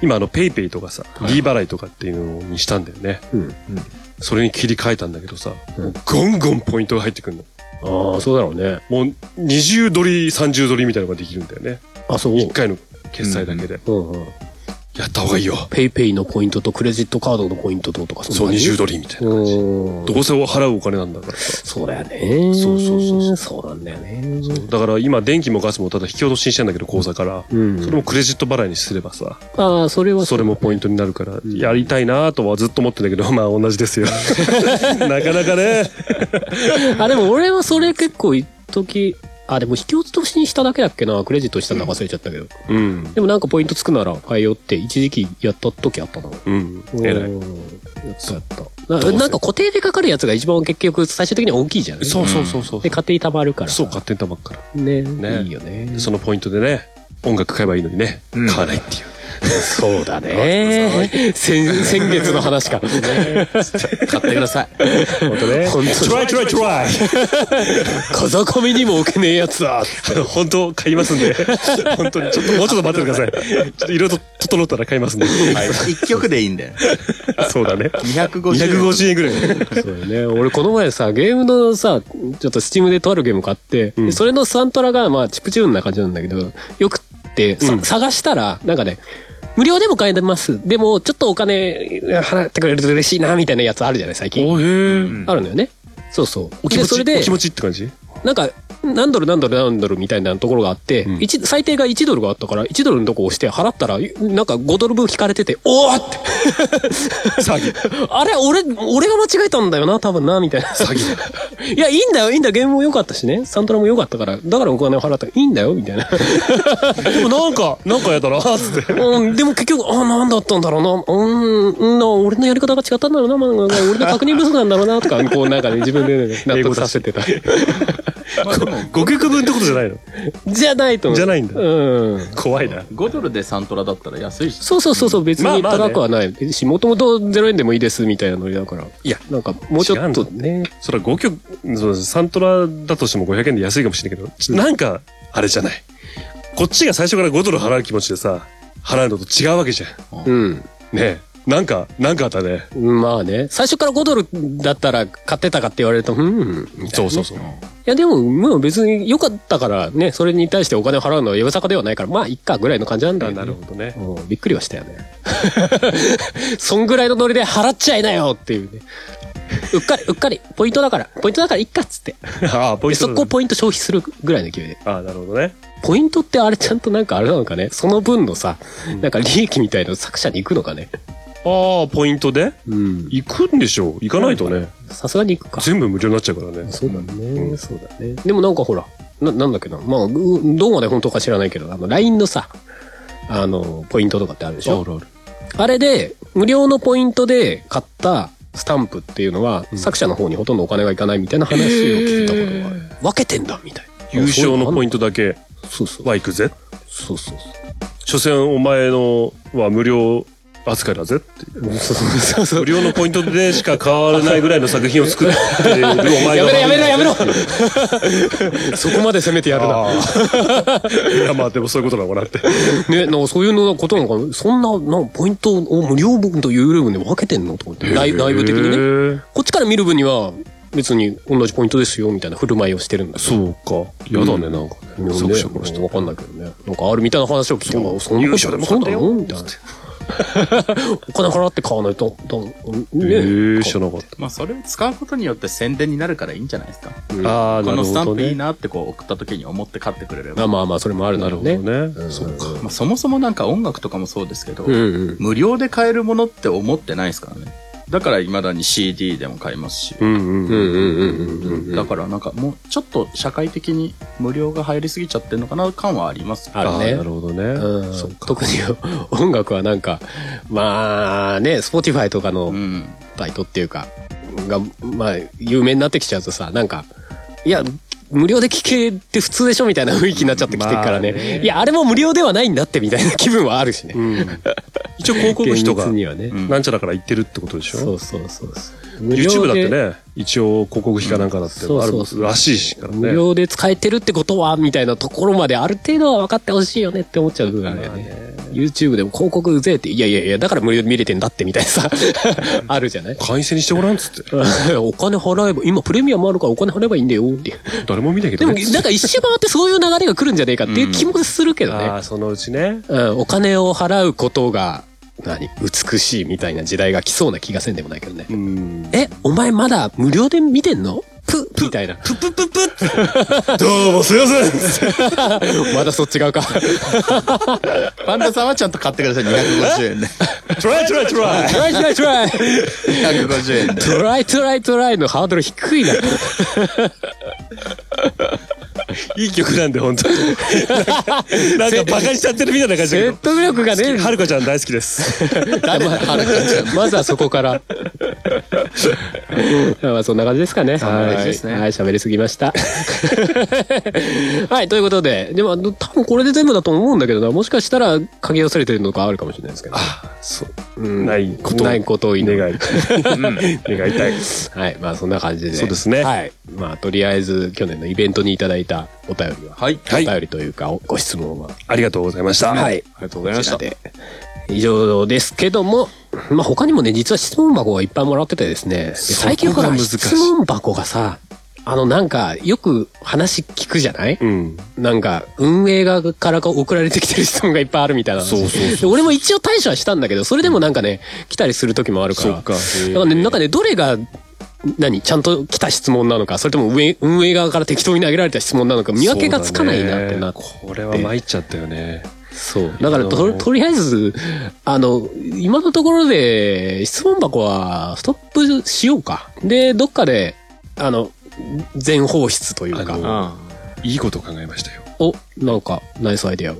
[SPEAKER 2] 今あの PayPay とかさ、D 払いとかっていうのにしたんだよね。
[SPEAKER 3] うん
[SPEAKER 2] それに切り替えたんだけどさ、もうゴンゴンポイントが入ってくるの。
[SPEAKER 3] うああ、そうだろうね。
[SPEAKER 2] もう20ドリ、30ドリみたいなのができるんだよね。
[SPEAKER 3] あ、そう。
[SPEAKER 2] 1回の決済だけで。
[SPEAKER 3] うんうん。
[SPEAKER 2] やった方がいいよ。
[SPEAKER 3] ペイペイのポイントとクレジットカードのポイントととか
[SPEAKER 2] そう、20ド
[SPEAKER 3] ル。
[SPEAKER 2] リみたいな。
[SPEAKER 3] うん。
[SPEAKER 2] どうせ払うお金なんだからさ。
[SPEAKER 3] そうだよね。
[SPEAKER 2] そうそうそうそう
[SPEAKER 3] そうなんだよね。
[SPEAKER 2] だから今電気もガスもただ引き落としにしてんだけど口座から、
[SPEAKER 3] ん
[SPEAKER 2] それもクレジット払いにすればさ
[SPEAKER 3] ああ、それは
[SPEAKER 2] それもポイントになるからやりたいなとはずっと思ってんだけど まあ同じですよなかなかね
[SPEAKER 3] あ、でも俺はそれ結構一時、あ、でも引き落としにしただけだっけな。クレジットしたの忘れちゃったけど。
[SPEAKER 2] うん
[SPEAKER 3] でもなんかポイントつくなら変えようって一時期やった時あったな。
[SPEAKER 2] うん偉い
[SPEAKER 3] うんやったやった。ななんか固定でかかるやつが一番結局最終的には大きいじゃん。
[SPEAKER 2] そうそうそうそう、
[SPEAKER 3] で、家庭貯まるから。
[SPEAKER 2] そう勝手にたまっから、
[SPEAKER 3] ね。
[SPEAKER 2] ね
[SPEAKER 3] いいよね。
[SPEAKER 2] そのポイントでね音楽買えばいいのにね、
[SPEAKER 4] うん
[SPEAKER 2] 買わないっていう
[SPEAKER 3] そうだね。 先、先月の話か。
[SPEAKER 5] 買ってください。
[SPEAKER 2] 本当ね。
[SPEAKER 3] 本当
[SPEAKER 2] try, try, try!
[SPEAKER 3] 風上にも置けねえやつだ。
[SPEAKER 2] 本当買いますんで。本当に。ちょっと、もうちょっと待ってください。ちょっといろいろと整ったら買いますん で。
[SPEAKER 6] 一曲でいいんだよ。
[SPEAKER 2] そうだね。
[SPEAKER 6] 250
[SPEAKER 2] 250円ぐら い。
[SPEAKER 3] そうだね。俺この前さ、ゲームのさ、ちょっとスチームでとあるゲーム買って、でそれのサントラが、まあ、チップチューンな感じなんだけど、よくって、さ
[SPEAKER 2] うん
[SPEAKER 3] 探したら、なんかね、無料でも買えます。でも、ちょっとお金払ってくれると嬉しいな、みたいなやつあるじゃない、最近。
[SPEAKER 2] おへえ。
[SPEAKER 3] あるのよね。そうそう。
[SPEAKER 2] お気持
[SPEAKER 3] でそ
[SPEAKER 2] ち、
[SPEAKER 3] れで
[SPEAKER 2] お気持ちって感じ
[SPEAKER 3] なんか、何ドル何ドル何ドルみたいなところがあって、一最低が1ドルがあったから、1ドルのとこ押して払ったら、なんか5ドル分引かれてて、おーって。
[SPEAKER 2] 詐欺。
[SPEAKER 3] あれ、俺、俺が間違えたんだよな、多分な、みたいな。詐欺 いや、いいんだよ、いいんだよ、ゲームも良かったしね。サントラも良かったから、だからお金を払ったらいいんだよ、みたいな。
[SPEAKER 2] でもなん か、なんかやだな、つ って。
[SPEAKER 3] うん、でも結局、ああ、なんだったんだろうな、うーん、うんな、俺のやり方が違ったんだろうな、まあ、まあ俺の確認不足なんだろうな、とか、こうなんかね、自分で、ね、納得させてた。
[SPEAKER 2] 5曲分ってことじゃないの
[SPEAKER 3] じゃないと思う。
[SPEAKER 2] じゃないんだ
[SPEAKER 3] うん。
[SPEAKER 2] 怖いな。
[SPEAKER 5] 5ドルでサントラだったら安いし。
[SPEAKER 3] そうそうそうそう、別に
[SPEAKER 2] まあまあね
[SPEAKER 3] 高くはないし、もともと0円でもいいです、みたいなノリだから。いや、なんか、もうちょっとね、
[SPEAKER 2] それは5曲、そうですサントラだとしても500円で安いかもしれないけど、ちなんか、あれじゃない。こっちが最初から5ドル払う気持ちでさ、払うのと違うわけじゃん。
[SPEAKER 3] うん。
[SPEAKER 2] ねえ。なんか、なんかあったね。
[SPEAKER 3] まあね、最初から5ドルだったら買ってたかって言われると、うん。い
[SPEAKER 2] そうそうそう。
[SPEAKER 3] やでも、もう別に良かったからね、それに対してお金を払うのはやぶさかではないから、まあ、いっかぐらいの感じなんだよ、ね。
[SPEAKER 2] なるほどね。
[SPEAKER 3] うんびっくりはしたよ ね。そんぐらいのノリで払っちゃいなよって いうね。うっかり、うっかり、ポイントだから、ポイントだからいっかっつって。
[SPEAKER 2] ああ、ポイ
[SPEAKER 3] で
[SPEAKER 2] ント
[SPEAKER 3] そ
[SPEAKER 2] だ
[SPEAKER 3] こをポイント消費するぐらいの勢いで。
[SPEAKER 2] ああ、なるほどね。
[SPEAKER 3] ポイントってあれちゃんとなんかあれなのかね、その分のさ、なんか利益みたいの作者に行くのかね。
[SPEAKER 2] ああ、ポイントで
[SPEAKER 3] うん。
[SPEAKER 2] 行くんでしょう。行かないとね。
[SPEAKER 3] さすがに行くか。
[SPEAKER 2] 全部無料になっちゃうからね。
[SPEAKER 3] そうだね、そうだね。でもなんかほら、な、なんだっけな、まあ、うどうまで本当か知らないけど、あの、LINE のさ、あの、ポイントとかってあるでしょあれで、無料のポイントで買ったスタンプっていうのは、作者の方にほとんどお金がいかないみたいな話を聞いたことがある。分けてんだみたいな。
[SPEAKER 2] 優勝のポイ
[SPEAKER 3] ン
[SPEAKER 2] ントだけ
[SPEAKER 3] ト。そうそう。
[SPEAKER 2] は行くぜ。
[SPEAKER 3] そうそうそう。
[SPEAKER 2] 所詮お前のは無料扱いだぜっていう無料のポイントでしか買われないぐらいの作品を作ってるお前
[SPEAKER 3] や
[SPEAKER 2] が
[SPEAKER 3] めろやめろやめろ そこまで攻めてやるな。
[SPEAKER 2] ああいやまあでもそういうことなのかなって
[SPEAKER 3] ね、なんかそういうのことなのかなそんな、なんかポイントを無料分と有料分で分けてんのとかって、内内部的にね。
[SPEAKER 2] ね
[SPEAKER 3] こっちから見る分には別に同じポイントですよみたいな振る舞いをしてるんだけど
[SPEAKER 2] そうかやだねなんか
[SPEAKER 3] うん
[SPEAKER 2] ね作者からして
[SPEAKER 3] わかんないけどねなんかあるみたいな話を聞いてもそんな
[SPEAKER 2] 優
[SPEAKER 3] こ
[SPEAKER 2] 勝
[SPEAKER 3] と
[SPEAKER 2] でも買
[SPEAKER 3] そう
[SPEAKER 2] った
[SPEAKER 3] だ
[SPEAKER 2] よ
[SPEAKER 3] よみたいなお金払って買わないとだ
[SPEAKER 2] え
[SPEAKER 3] ね
[SPEAKER 2] え知らなかった
[SPEAKER 5] まあ、それを使うことによって宣伝になるからいいんじゃないですか。
[SPEAKER 2] ああ
[SPEAKER 5] こ
[SPEAKER 2] なる
[SPEAKER 5] のスタ
[SPEAKER 2] ほど
[SPEAKER 5] ンプいい
[SPEAKER 2] ね
[SPEAKER 5] なってこう送った時に思って買ってくれれば。
[SPEAKER 3] まあまあまあそれもあるだ
[SPEAKER 2] な
[SPEAKER 3] ろ
[SPEAKER 2] るほ
[SPEAKER 3] うね
[SPEAKER 2] どねそうか
[SPEAKER 5] まあ、そもそもなんか音楽とかもそうですけど、
[SPEAKER 3] うんうん
[SPEAKER 5] 無料で買えるものって思ってないですからね。だから未だに CD でも買いますし。
[SPEAKER 2] うんうん
[SPEAKER 3] うんうんうんうんうん
[SPEAKER 5] だからなんかもうちょっと社会的に無料が入りすぎちゃってるのかな感はあります。
[SPEAKER 3] あるね
[SPEAKER 2] ああなるほどね
[SPEAKER 3] うん
[SPEAKER 2] そう
[SPEAKER 3] 特に音楽はなんかまあね Spotify とかの
[SPEAKER 5] うん。
[SPEAKER 3] バイトっていうか、が、まあ、有名になってきちゃうとさ、なんか、いや、無料で聴けって普通でしょみたいな雰囲気になっちゃってきてるからね。
[SPEAKER 2] まあね
[SPEAKER 3] いや、あれも無料ではないんだってみたいな気分はあるしね。
[SPEAKER 2] 一応広告費とか
[SPEAKER 3] 現実にはね。
[SPEAKER 5] ん
[SPEAKER 2] なんちゃらから言ってるってことでしょ
[SPEAKER 3] そうそうそうそう。
[SPEAKER 2] YouTube だっ
[SPEAKER 3] 無料
[SPEAKER 2] て
[SPEAKER 3] で。
[SPEAKER 2] ね一応広告費かなんかだって
[SPEAKER 3] そう
[SPEAKER 2] あ
[SPEAKER 3] そうそう
[SPEAKER 2] るらしいしからね
[SPEAKER 3] 無料で使えてるってことはみたいなところまである程度は分かってほしいよねって思っちゃう部分あるよね。YouTube でも広告うぜえって、いやいやいや、だから無料で見れてんだってみたいなさ、あるじ ゃない
[SPEAKER 2] 会員制にしてごらんっつって
[SPEAKER 3] お金払えば、今プレミアムあるからお金払えばいいんだよっていう。
[SPEAKER 2] 誰も見ないけ
[SPEAKER 3] で
[SPEAKER 2] ど
[SPEAKER 3] も、
[SPEAKER 2] ね
[SPEAKER 3] なんか一周回ってそういう流れが来るんじゃねえかっていう気もするけど
[SPEAKER 2] あ
[SPEAKER 3] ね。
[SPEAKER 2] あそのうちね
[SPEAKER 3] うん、お金を払うことが、何、美しいみたいな時代が来そうな気がせんでもないけどね。
[SPEAKER 2] うん
[SPEAKER 3] え、お前まだ無料で見てんのプみたいな。
[SPEAKER 2] ププププッ どうもすいま せん
[SPEAKER 3] まだそっち側か。
[SPEAKER 6] パンダさんはちゃんと買ってください。250円で。
[SPEAKER 2] トライトライトライ
[SPEAKER 3] トライトライトライ
[SPEAKER 6] 250円で。
[SPEAKER 3] トライトライトライのハードル低いな。
[SPEAKER 2] いい曲なんで本当に なんかなんかバカにしちゃってるみたいな感じだけ
[SPEAKER 3] 説
[SPEAKER 2] ど
[SPEAKER 3] 得力がねえ
[SPEAKER 2] はるかちゃん大好きです
[SPEAKER 3] ままずはそこから。まあそんな感じですかね。
[SPEAKER 5] そんな感じですね
[SPEAKER 3] はい、はい喋りすぎました。 はい、ということで、でも、多分これで全部だと思うんだけどな、もしかしたら、鍵忘れてるのとかあるかもしれないですけど。
[SPEAKER 2] うんないことを
[SPEAKER 3] ないことを祈る。
[SPEAKER 2] 願い願いたい。
[SPEAKER 3] はい、まあそんな感じで。
[SPEAKER 2] そうですね
[SPEAKER 3] はい。まあとりあえず去年のイベントにいただいたお便りは、
[SPEAKER 5] はい。
[SPEAKER 2] はい
[SPEAKER 3] お便りというかおご質問は、
[SPEAKER 2] ありがとうございました。
[SPEAKER 3] はい、
[SPEAKER 4] ありがとうございました
[SPEAKER 3] こちらで以上ですけども、まあ他にもね、実は質問箱がいっぱいもらっててですね、最近ほら、
[SPEAKER 2] 難しい
[SPEAKER 3] 質問箱がさ、あのなんか、よく話聞くじゃない、
[SPEAKER 2] うん。
[SPEAKER 3] なんか、運営側からこう送られてきてる質問がいっぱいあるみたいな話。
[SPEAKER 2] そうそうそう
[SPEAKER 3] で俺も一応対処はしたんだけど、それでもなんかね、来たりする時もあるか
[SPEAKER 2] そ
[SPEAKER 3] ら。
[SPEAKER 2] っか
[SPEAKER 3] だからね、なんかね、どれが、何ちゃんと来た質問なのか、それとも運営運営側から適当に投げられた質問なのか、見分けがつかないなってなって。
[SPEAKER 2] これは参っちゃったよね。
[SPEAKER 3] そう。だからと、とりあえず、あの、今のところで、質問箱はストップしようか。で、どっかで、あの、全放出という
[SPEAKER 2] あ
[SPEAKER 3] か。
[SPEAKER 2] の
[SPEAKER 4] あ
[SPEAKER 2] いいこと考えましたよ。
[SPEAKER 3] お、なんか、ナイスアイデアが。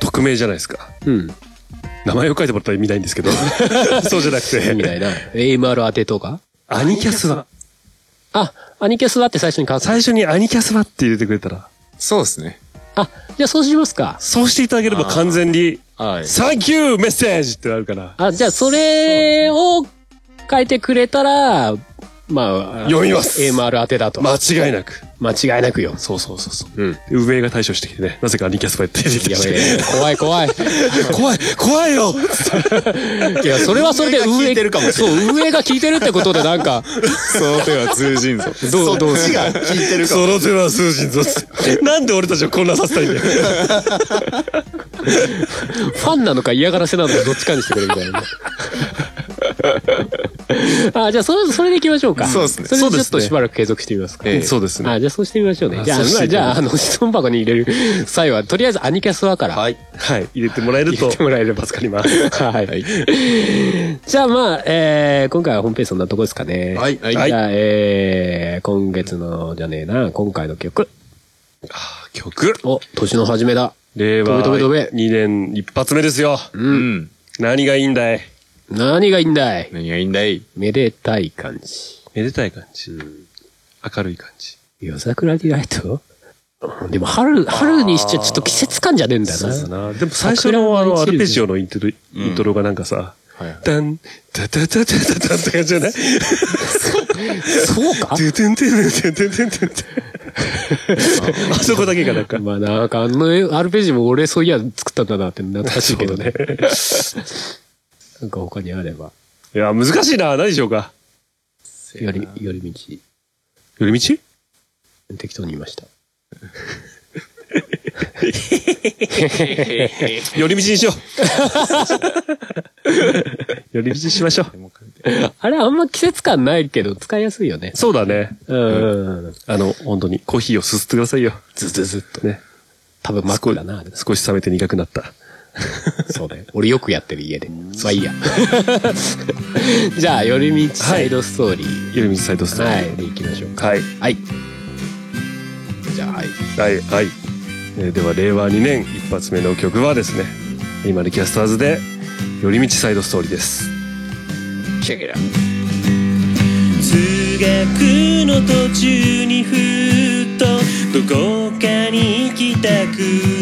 [SPEAKER 2] 匿名じゃないですか。
[SPEAKER 3] うん。
[SPEAKER 2] 名前を書いてもらったら意味ないんです けど。そうじゃなく
[SPEAKER 3] み
[SPEAKER 2] て。
[SPEAKER 3] たいな。AMR 当てとか
[SPEAKER 2] アニキャスだ。
[SPEAKER 3] あ、アニキャスだって最初に書く。
[SPEAKER 2] 最初にアニキャスだって入れてくれたら。
[SPEAKER 4] そうですね。
[SPEAKER 3] あ、じゃあそうしますか。
[SPEAKER 2] そうしていただければ完全に、
[SPEAKER 4] はい。
[SPEAKER 2] Thank you! メッセージってなるから。
[SPEAKER 3] あ、じゃあそれを書いてくれたら、まあ、
[SPEAKER 2] 読みます
[SPEAKER 3] AMR 当てだと。
[SPEAKER 2] 間違いなく。
[SPEAKER 3] 間違いなくよ。
[SPEAKER 2] そうそうそうそう。うん。運営が対処してきてね。なぜかアニキャスだって入れて
[SPEAKER 3] や
[SPEAKER 2] き
[SPEAKER 3] べ
[SPEAKER 2] て。
[SPEAKER 3] え、怖い怖い。
[SPEAKER 2] 怖い怖いよ
[SPEAKER 3] いや、それはそれで運営が聞いてるかもそう、運営が聞いてるってことでなんか、
[SPEAKER 4] その手は通じんぞ。
[SPEAKER 3] どう、どうする
[SPEAKER 6] 聞いてるか
[SPEAKER 2] その手は数人ぞって。なんで俺たちを混乱させたいんだよ。
[SPEAKER 3] ファンなのか嫌がらせなのかどっちかにしてくれみたいなね。あ、じゃあそれ、それで行きましょうか。
[SPEAKER 4] そうですね
[SPEAKER 3] それでちょっ
[SPEAKER 2] そう
[SPEAKER 3] と
[SPEAKER 2] ですね
[SPEAKER 3] しばらく継続してみますか。
[SPEAKER 4] ええ
[SPEAKER 2] そうですね
[SPEAKER 3] あ、じゃあそうしてみましょうね。じゃあ、
[SPEAKER 2] そうして
[SPEAKER 3] ま
[SPEAKER 2] みま
[SPEAKER 3] あじゃあ、あの、質問箱に入れる際は、とりあえずアニキャスはから。
[SPEAKER 6] はい。
[SPEAKER 2] はい。入れてもらえると。
[SPEAKER 3] 入れてもらえれば
[SPEAKER 2] 助かります。
[SPEAKER 3] はい。じゃあまあ、えー、今回はホームページそんなとこですかね。
[SPEAKER 6] はい
[SPEAKER 3] じ
[SPEAKER 2] はい
[SPEAKER 3] ゃあ、えー、今月の、じゃねえな、今回の曲。
[SPEAKER 2] 曲
[SPEAKER 3] お、年の初めだ。
[SPEAKER 2] 令
[SPEAKER 3] 飛べ
[SPEAKER 2] 和
[SPEAKER 3] 飛べ飛べ
[SPEAKER 2] 2年一発目ですよ。
[SPEAKER 4] うん。
[SPEAKER 2] 何がいいんだい
[SPEAKER 3] 何がいいんだい
[SPEAKER 4] 何がいいんだい
[SPEAKER 3] めでたい感じ。
[SPEAKER 2] めでたい感じ。明るい感じ。
[SPEAKER 3] 夜桜にライトでも春、春にしちゃちょっと季節感じゃねえんだよな。
[SPEAKER 2] な。でも最初のあの、アルペジオのイントロ、イントロがなんかさ、ダン、タタタタタタって感じじゃない
[SPEAKER 3] そう か
[SPEAKER 2] トゥトゥントゥントゥントゥントゥントゥントゥン。あそこだけがなんか。
[SPEAKER 3] まあなんかあのアルペジも俺そういや作ったんだなって懐かしいけどね。なんか他にあれば。
[SPEAKER 2] いや、難しいな。何でしょうか。
[SPEAKER 3] 寄り、寄り道。
[SPEAKER 2] 寄り道
[SPEAKER 3] 適当に言いました。
[SPEAKER 2] 寄り道にしよ う。寄り道にしましょう。
[SPEAKER 3] あれあんま季節感ないけど使いやすいよね。
[SPEAKER 2] そうだね。
[SPEAKER 3] うん。
[SPEAKER 2] あの、本当にコーヒーをすすってくださいよ。
[SPEAKER 3] ずずずっと。
[SPEAKER 2] ね。
[SPEAKER 3] 多分真っ暗だな。
[SPEAKER 2] 少し冷めて苦くなった。
[SPEAKER 3] そうね。俺よくやってる家で。まあいいや。 じゃあ、寄り道サイドストーリー。
[SPEAKER 2] 寄り道サイドストーリ
[SPEAKER 3] は
[SPEAKER 2] ー。
[SPEAKER 3] い。で行きましょうか。
[SPEAKER 2] はい。
[SPEAKER 3] はい。じゃあ、は
[SPEAKER 2] は
[SPEAKER 3] い。
[SPEAKER 2] い、はい。えーでは、令和2年一発目の曲はですね、今のキャスターズで、寄り道サイドストーリーです。
[SPEAKER 1] 通学の途中にふとどこかに行きたく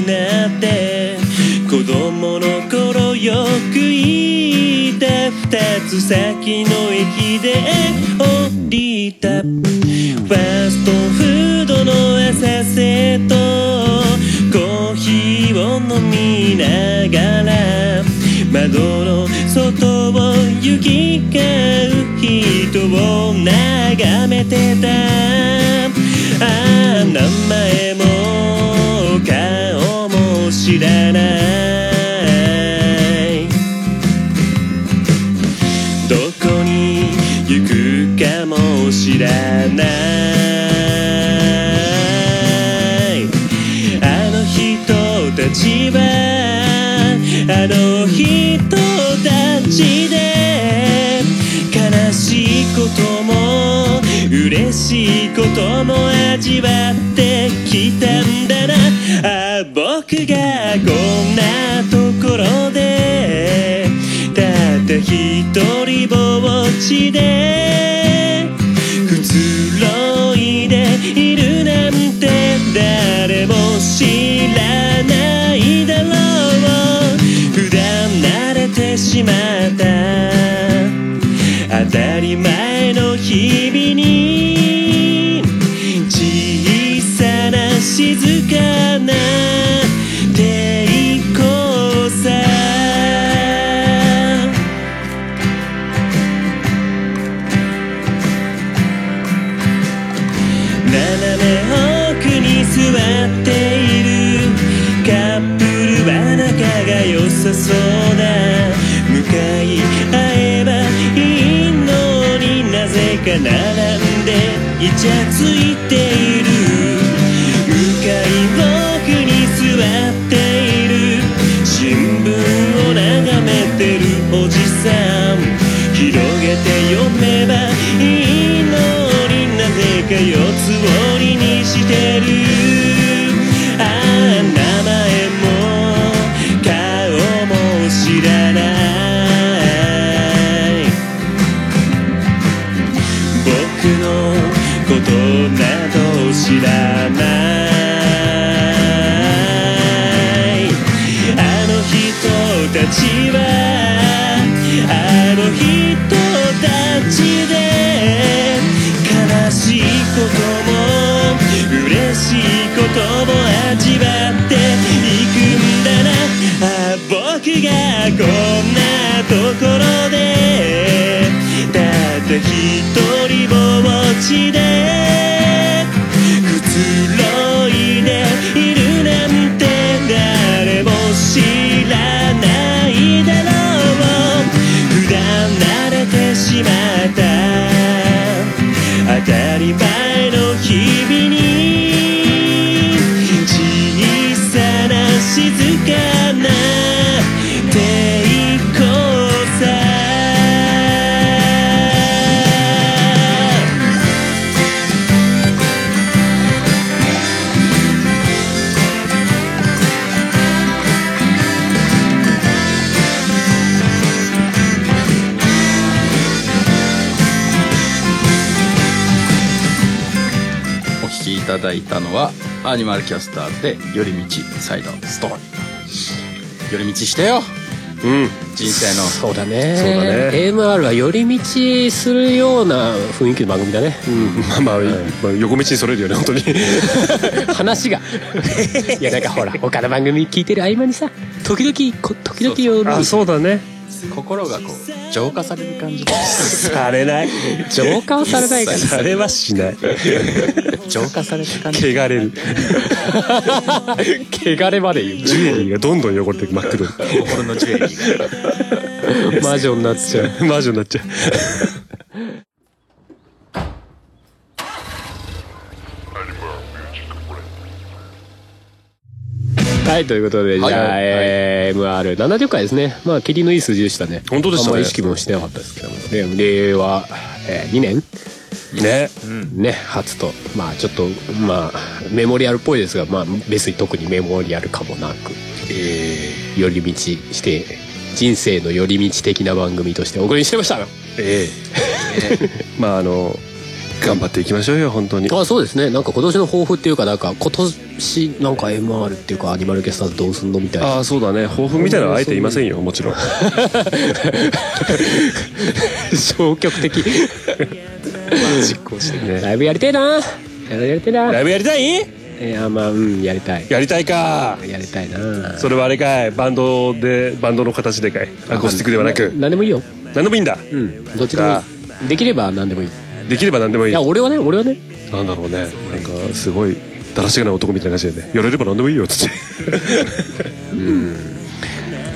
[SPEAKER 1] なって子供の頃よく行った二つ先の駅で降りたファストフードの浅瀬とコーヒーを飲みながら窓の外を行き交う人を眺めてたああ名前も顔も知らないどこに行くかも知らないあの人たちはあの人たちで悲しいことも嬉しいことも味わってきたんだなあ僕がこんなところでただ一人ぼっちでくつろいでいるなんて誰も知らないだろう普段慣れてしまった当たり前の日々に小さな静かな抵抗さ斜め奥に座っているカップルは仲が良さそうだ向かい合えばいいのになぜか並んでイチャついている向かい奥に座っている新聞を眺めてるおじさん広げて読めばいいのになぜか四つ折りにしてるああ名前も顔も知らない僕のことなど知らないあの人たちはあの人たちで悲しいことも嬉しいことも味わっていくんだなあ僕がこんなところでたった一人ぼっちでくつろいでいるなんて誰も知らないだろう普段慣れてしまった当たり前の日々に小さな静かな抵抗さ
[SPEAKER 5] お聞きいただいたのはアニマルキャスターズで「寄り道サイドストーリー」寄り道してよ
[SPEAKER 2] うん。
[SPEAKER 5] 人生の
[SPEAKER 3] そうだね
[SPEAKER 2] そうだね
[SPEAKER 3] AMR は寄り道するような雰囲気の番組だね
[SPEAKER 2] まあまあ、まあ、横道にそれるよね、本当に。
[SPEAKER 3] 話がいやなんかほら他の番組聞いてる合間にさ時々こ時々寄る
[SPEAKER 2] そうだね。
[SPEAKER 5] 心がこう浄化される感じ
[SPEAKER 2] されない。
[SPEAKER 3] 浄化はされないか ら
[SPEAKER 2] されはしない。
[SPEAKER 5] 浄化された感じ
[SPEAKER 2] 汚れる。
[SPEAKER 3] 汚れまで言
[SPEAKER 2] ジュエリーがどんどん汚れていく、真っ黒
[SPEAKER 4] 心のジュエリーが。
[SPEAKER 3] う魔女になっちゃう
[SPEAKER 2] に。魔女になっちゃう。
[SPEAKER 3] はいということでじゃあ、
[SPEAKER 5] はい
[SPEAKER 3] えー MR70 回ですねまあ霧のいい数字でしたね
[SPEAKER 2] 本当でしたね
[SPEAKER 3] あんま意識もしてなかったですけどもで令和、えー、2年
[SPEAKER 2] ね。
[SPEAKER 3] ね初とまあちょっとまあメモリアルっぽいですがまあ別に特にメモリアルかもなく、えー、寄り道して人生の寄り道的な番組としてお送りしてました
[SPEAKER 2] ええ。 まあ、あの、頑張っていきましょうよ、本当に。
[SPEAKER 3] あそうですねなんか今年の抱負っていうかなんか今年なんか MR っていうかアニマルキャスターズどうすんのみたいな
[SPEAKER 2] ああ、そうだね。抱負みたいなのはあえて言いませんよ、もちろん。
[SPEAKER 3] 消極的
[SPEAKER 2] 実行してね。
[SPEAKER 3] ライブやりたいなやりたい
[SPEAKER 2] ラ
[SPEAKER 3] な
[SPEAKER 2] イブやりたい
[SPEAKER 3] いやまあうんやりたい
[SPEAKER 2] やりたいか。
[SPEAKER 3] やりたいな
[SPEAKER 2] それはあれかい。バンドで、バンドの形でかい。アコースティックではなく。
[SPEAKER 3] 何でもいいよ
[SPEAKER 2] 何でもいいんだ。
[SPEAKER 3] どっちでもいいできれば何でもいいい
[SPEAKER 2] できれば何でもいい。
[SPEAKER 3] や俺はね俺はね
[SPEAKER 2] なんだろうね。なんか、すごい、だらしがない男みたいな感じでね。やれれば何でもいいよ、つって。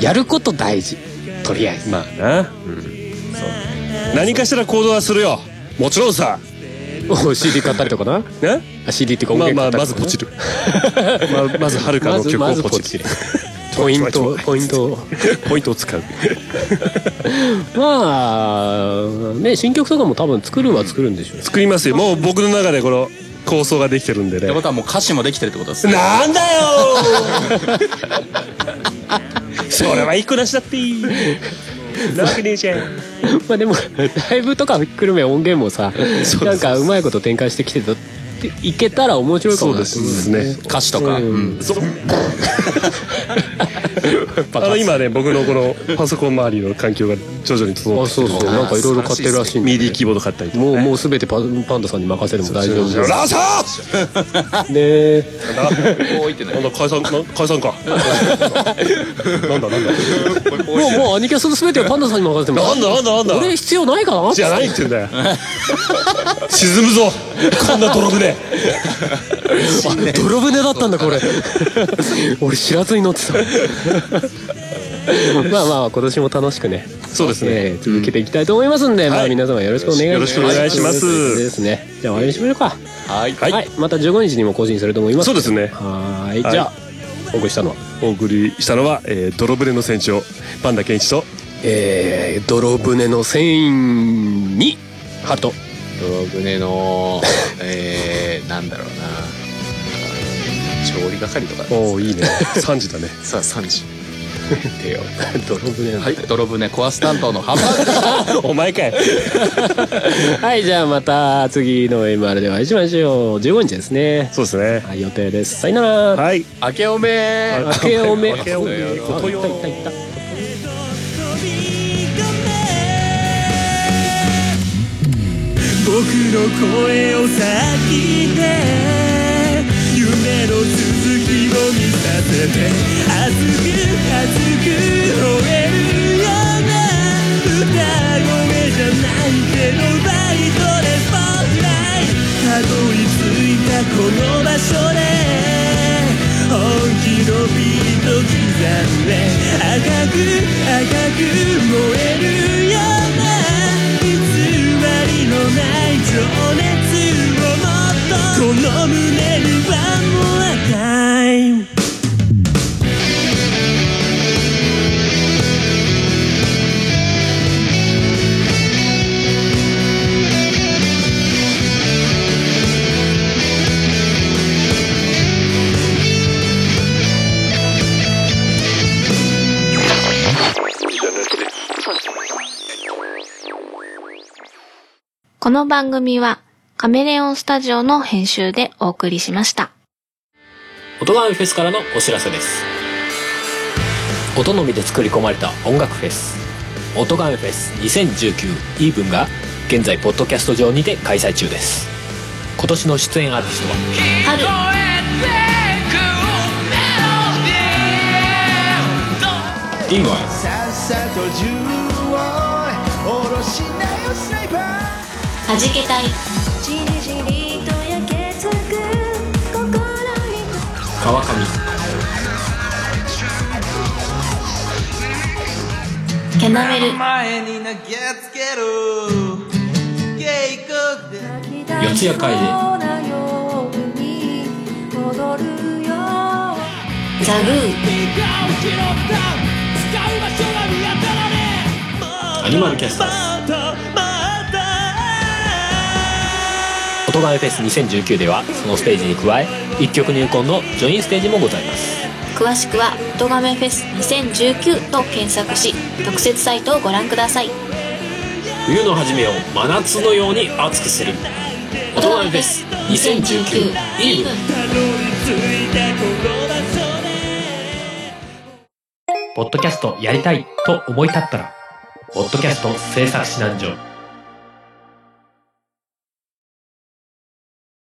[SPEAKER 3] やること大事とりあえず
[SPEAKER 2] まあ な、うん、そう何かしら行動はするよもちろんさ、
[SPEAKER 3] お CD 買ったりとかな
[SPEAKER 2] ね、
[SPEAKER 3] あ CD っていうか音
[SPEAKER 2] まあ
[SPEAKER 3] 源
[SPEAKER 2] ま
[SPEAKER 3] 買
[SPEAKER 2] あ
[SPEAKER 3] った
[SPEAKER 2] ま
[SPEAKER 3] りと
[SPEAKER 2] ず
[SPEAKER 3] かね
[SPEAKER 2] ポチるままずはるか
[SPEAKER 3] ま
[SPEAKER 2] の
[SPEAKER 3] ず
[SPEAKER 2] 曲
[SPEAKER 3] ま
[SPEAKER 2] を
[SPEAKER 3] ず
[SPEAKER 2] ポ
[SPEAKER 3] ポ
[SPEAKER 2] チ
[SPEAKER 3] チる
[SPEAKER 2] る
[SPEAKER 3] ポイントをポイントを
[SPEAKER 2] ポイントを使う
[SPEAKER 3] まあね新曲とかも多分作るは作るんでしょう
[SPEAKER 2] 作りますよもう僕の中でこの構想ができてるんで
[SPEAKER 5] って
[SPEAKER 2] ね
[SPEAKER 5] ことはもう歌詞もできてるってことですね
[SPEAKER 2] なんだよーそれは一個なしだっていいなわけねえじゃん。
[SPEAKER 3] まあでもライブとかひっくるめ音源もさなんかうまいこと展開してきてたっていけたら面白いかもな
[SPEAKER 2] そうですね。
[SPEAKER 5] 歌詞とか、うん
[SPEAKER 2] そう。あの今ね僕のこのパソコン周りの環境が徐々に整
[SPEAKER 3] あ
[SPEAKER 2] って
[SPEAKER 3] そうそうなんかいろいろ買ってるらしいんで
[SPEAKER 2] ミディキーボード買ったりとか
[SPEAKER 3] もうもう全てパパンダさんに任せても大丈夫です
[SPEAKER 2] ラサ
[SPEAKER 3] ね
[SPEAKER 2] ー
[SPEAKER 5] こう言ってない
[SPEAKER 2] なんだ解散な解散かなんだなんだ
[SPEAKER 3] もうもうアニキャスの全てはパンダさんに任せても
[SPEAKER 2] なんだなんだなんだ
[SPEAKER 3] 俺必要ないかな
[SPEAKER 2] じゃないって言うんだよ沈むぞこんな泥船
[SPEAKER 3] 泥船だったんだこれ 俺知らずに乗 ってたまあまあ今年も楽しくね
[SPEAKER 2] そうですね
[SPEAKER 3] えー続けていきたいと思いますんで、まあ
[SPEAKER 2] はい
[SPEAKER 3] 皆様よろしくお願いし
[SPEAKER 2] よろ
[SPEAKER 3] ます
[SPEAKER 2] しくお願いします
[SPEAKER 3] はいですねじゃあ終わりにしましょうか
[SPEAKER 5] はい
[SPEAKER 3] はい、また15日にも更新すると思います
[SPEAKER 2] そうですね
[SPEAKER 3] はーい
[SPEAKER 2] はい
[SPEAKER 3] じゃあお送りしたのは
[SPEAKER 2] お送りしたのは、えー、泥船の船長パンダケンイチと
[SPEAKER 3] えー、泥船の船員にハト
[SPEAKER 4] 泥船の、えー、なんだろうな。調理係とか
[SPEAKER 2] おおい いね3時だね
[SPEAKER 4] さあ、3時。手を。
[SPEAKER 3] 泥船の
[SPEAKER 5] はい、泥船コアス担当のハンバーグ
[SPEAKER 2] お前かい
[SPEAKER 3] はいじゃあまた次の MR でお会いしましょう15日ですね
[SPEAKER 2] そうですね
[SPEAKER 3] はい予定ですさよなら
[SPEAKER 2] はい
[SPEAKER 5] 明けおめ
[SPEAKER 3] 明けおめ
[SPEAKER 2] 明けおめことよ
[SPEAKER 3] あいたいたいた
[SPEAKER 1] 僕の声を先で夢の続きを見させて熱く熱く吠えるような歌声じゃないけどバイトでスポットライトたどり着いたこの場所で本気のビート刻んで赤く赤く燃えるような偽りのない情熱をもっとこの胸にはもう赤い
[SPEAKER 9] この番組はカメレオンスタジオの編集でお送りしました。
[SPEAKER 3] 音がフェスからのお知らせです音のみで作り込まれた音楽フェス音がフェス2019イーブンが現在ポッドキャスト上にて開催中です今年の出演アーティストは
[SPEAKER 5] いいのよ
[SPEAKER 9] はじけたい
[SPEAKER 3] 川上
[SPEAKER 9] キャナメル
[SPEAKER 3] 四谷怪人
[SPEAKER 9] ザグ
[SPEAKER 3] アニマルキャスター音がフェス2019ではそのステージに加え一曲入魂のジョインステージもございます
[SPEAKER 9] 詳しくは「音ガメフェス2019」と検索し特設サイトをご覧ください
[SPEAKER 3] 冬の初めを真夏のように熱くする「音がフェス2019イーブン」
[SPEAKER 10] ポッドキャストやりたいと思い立ったら、ポッドキャスト制作指南所。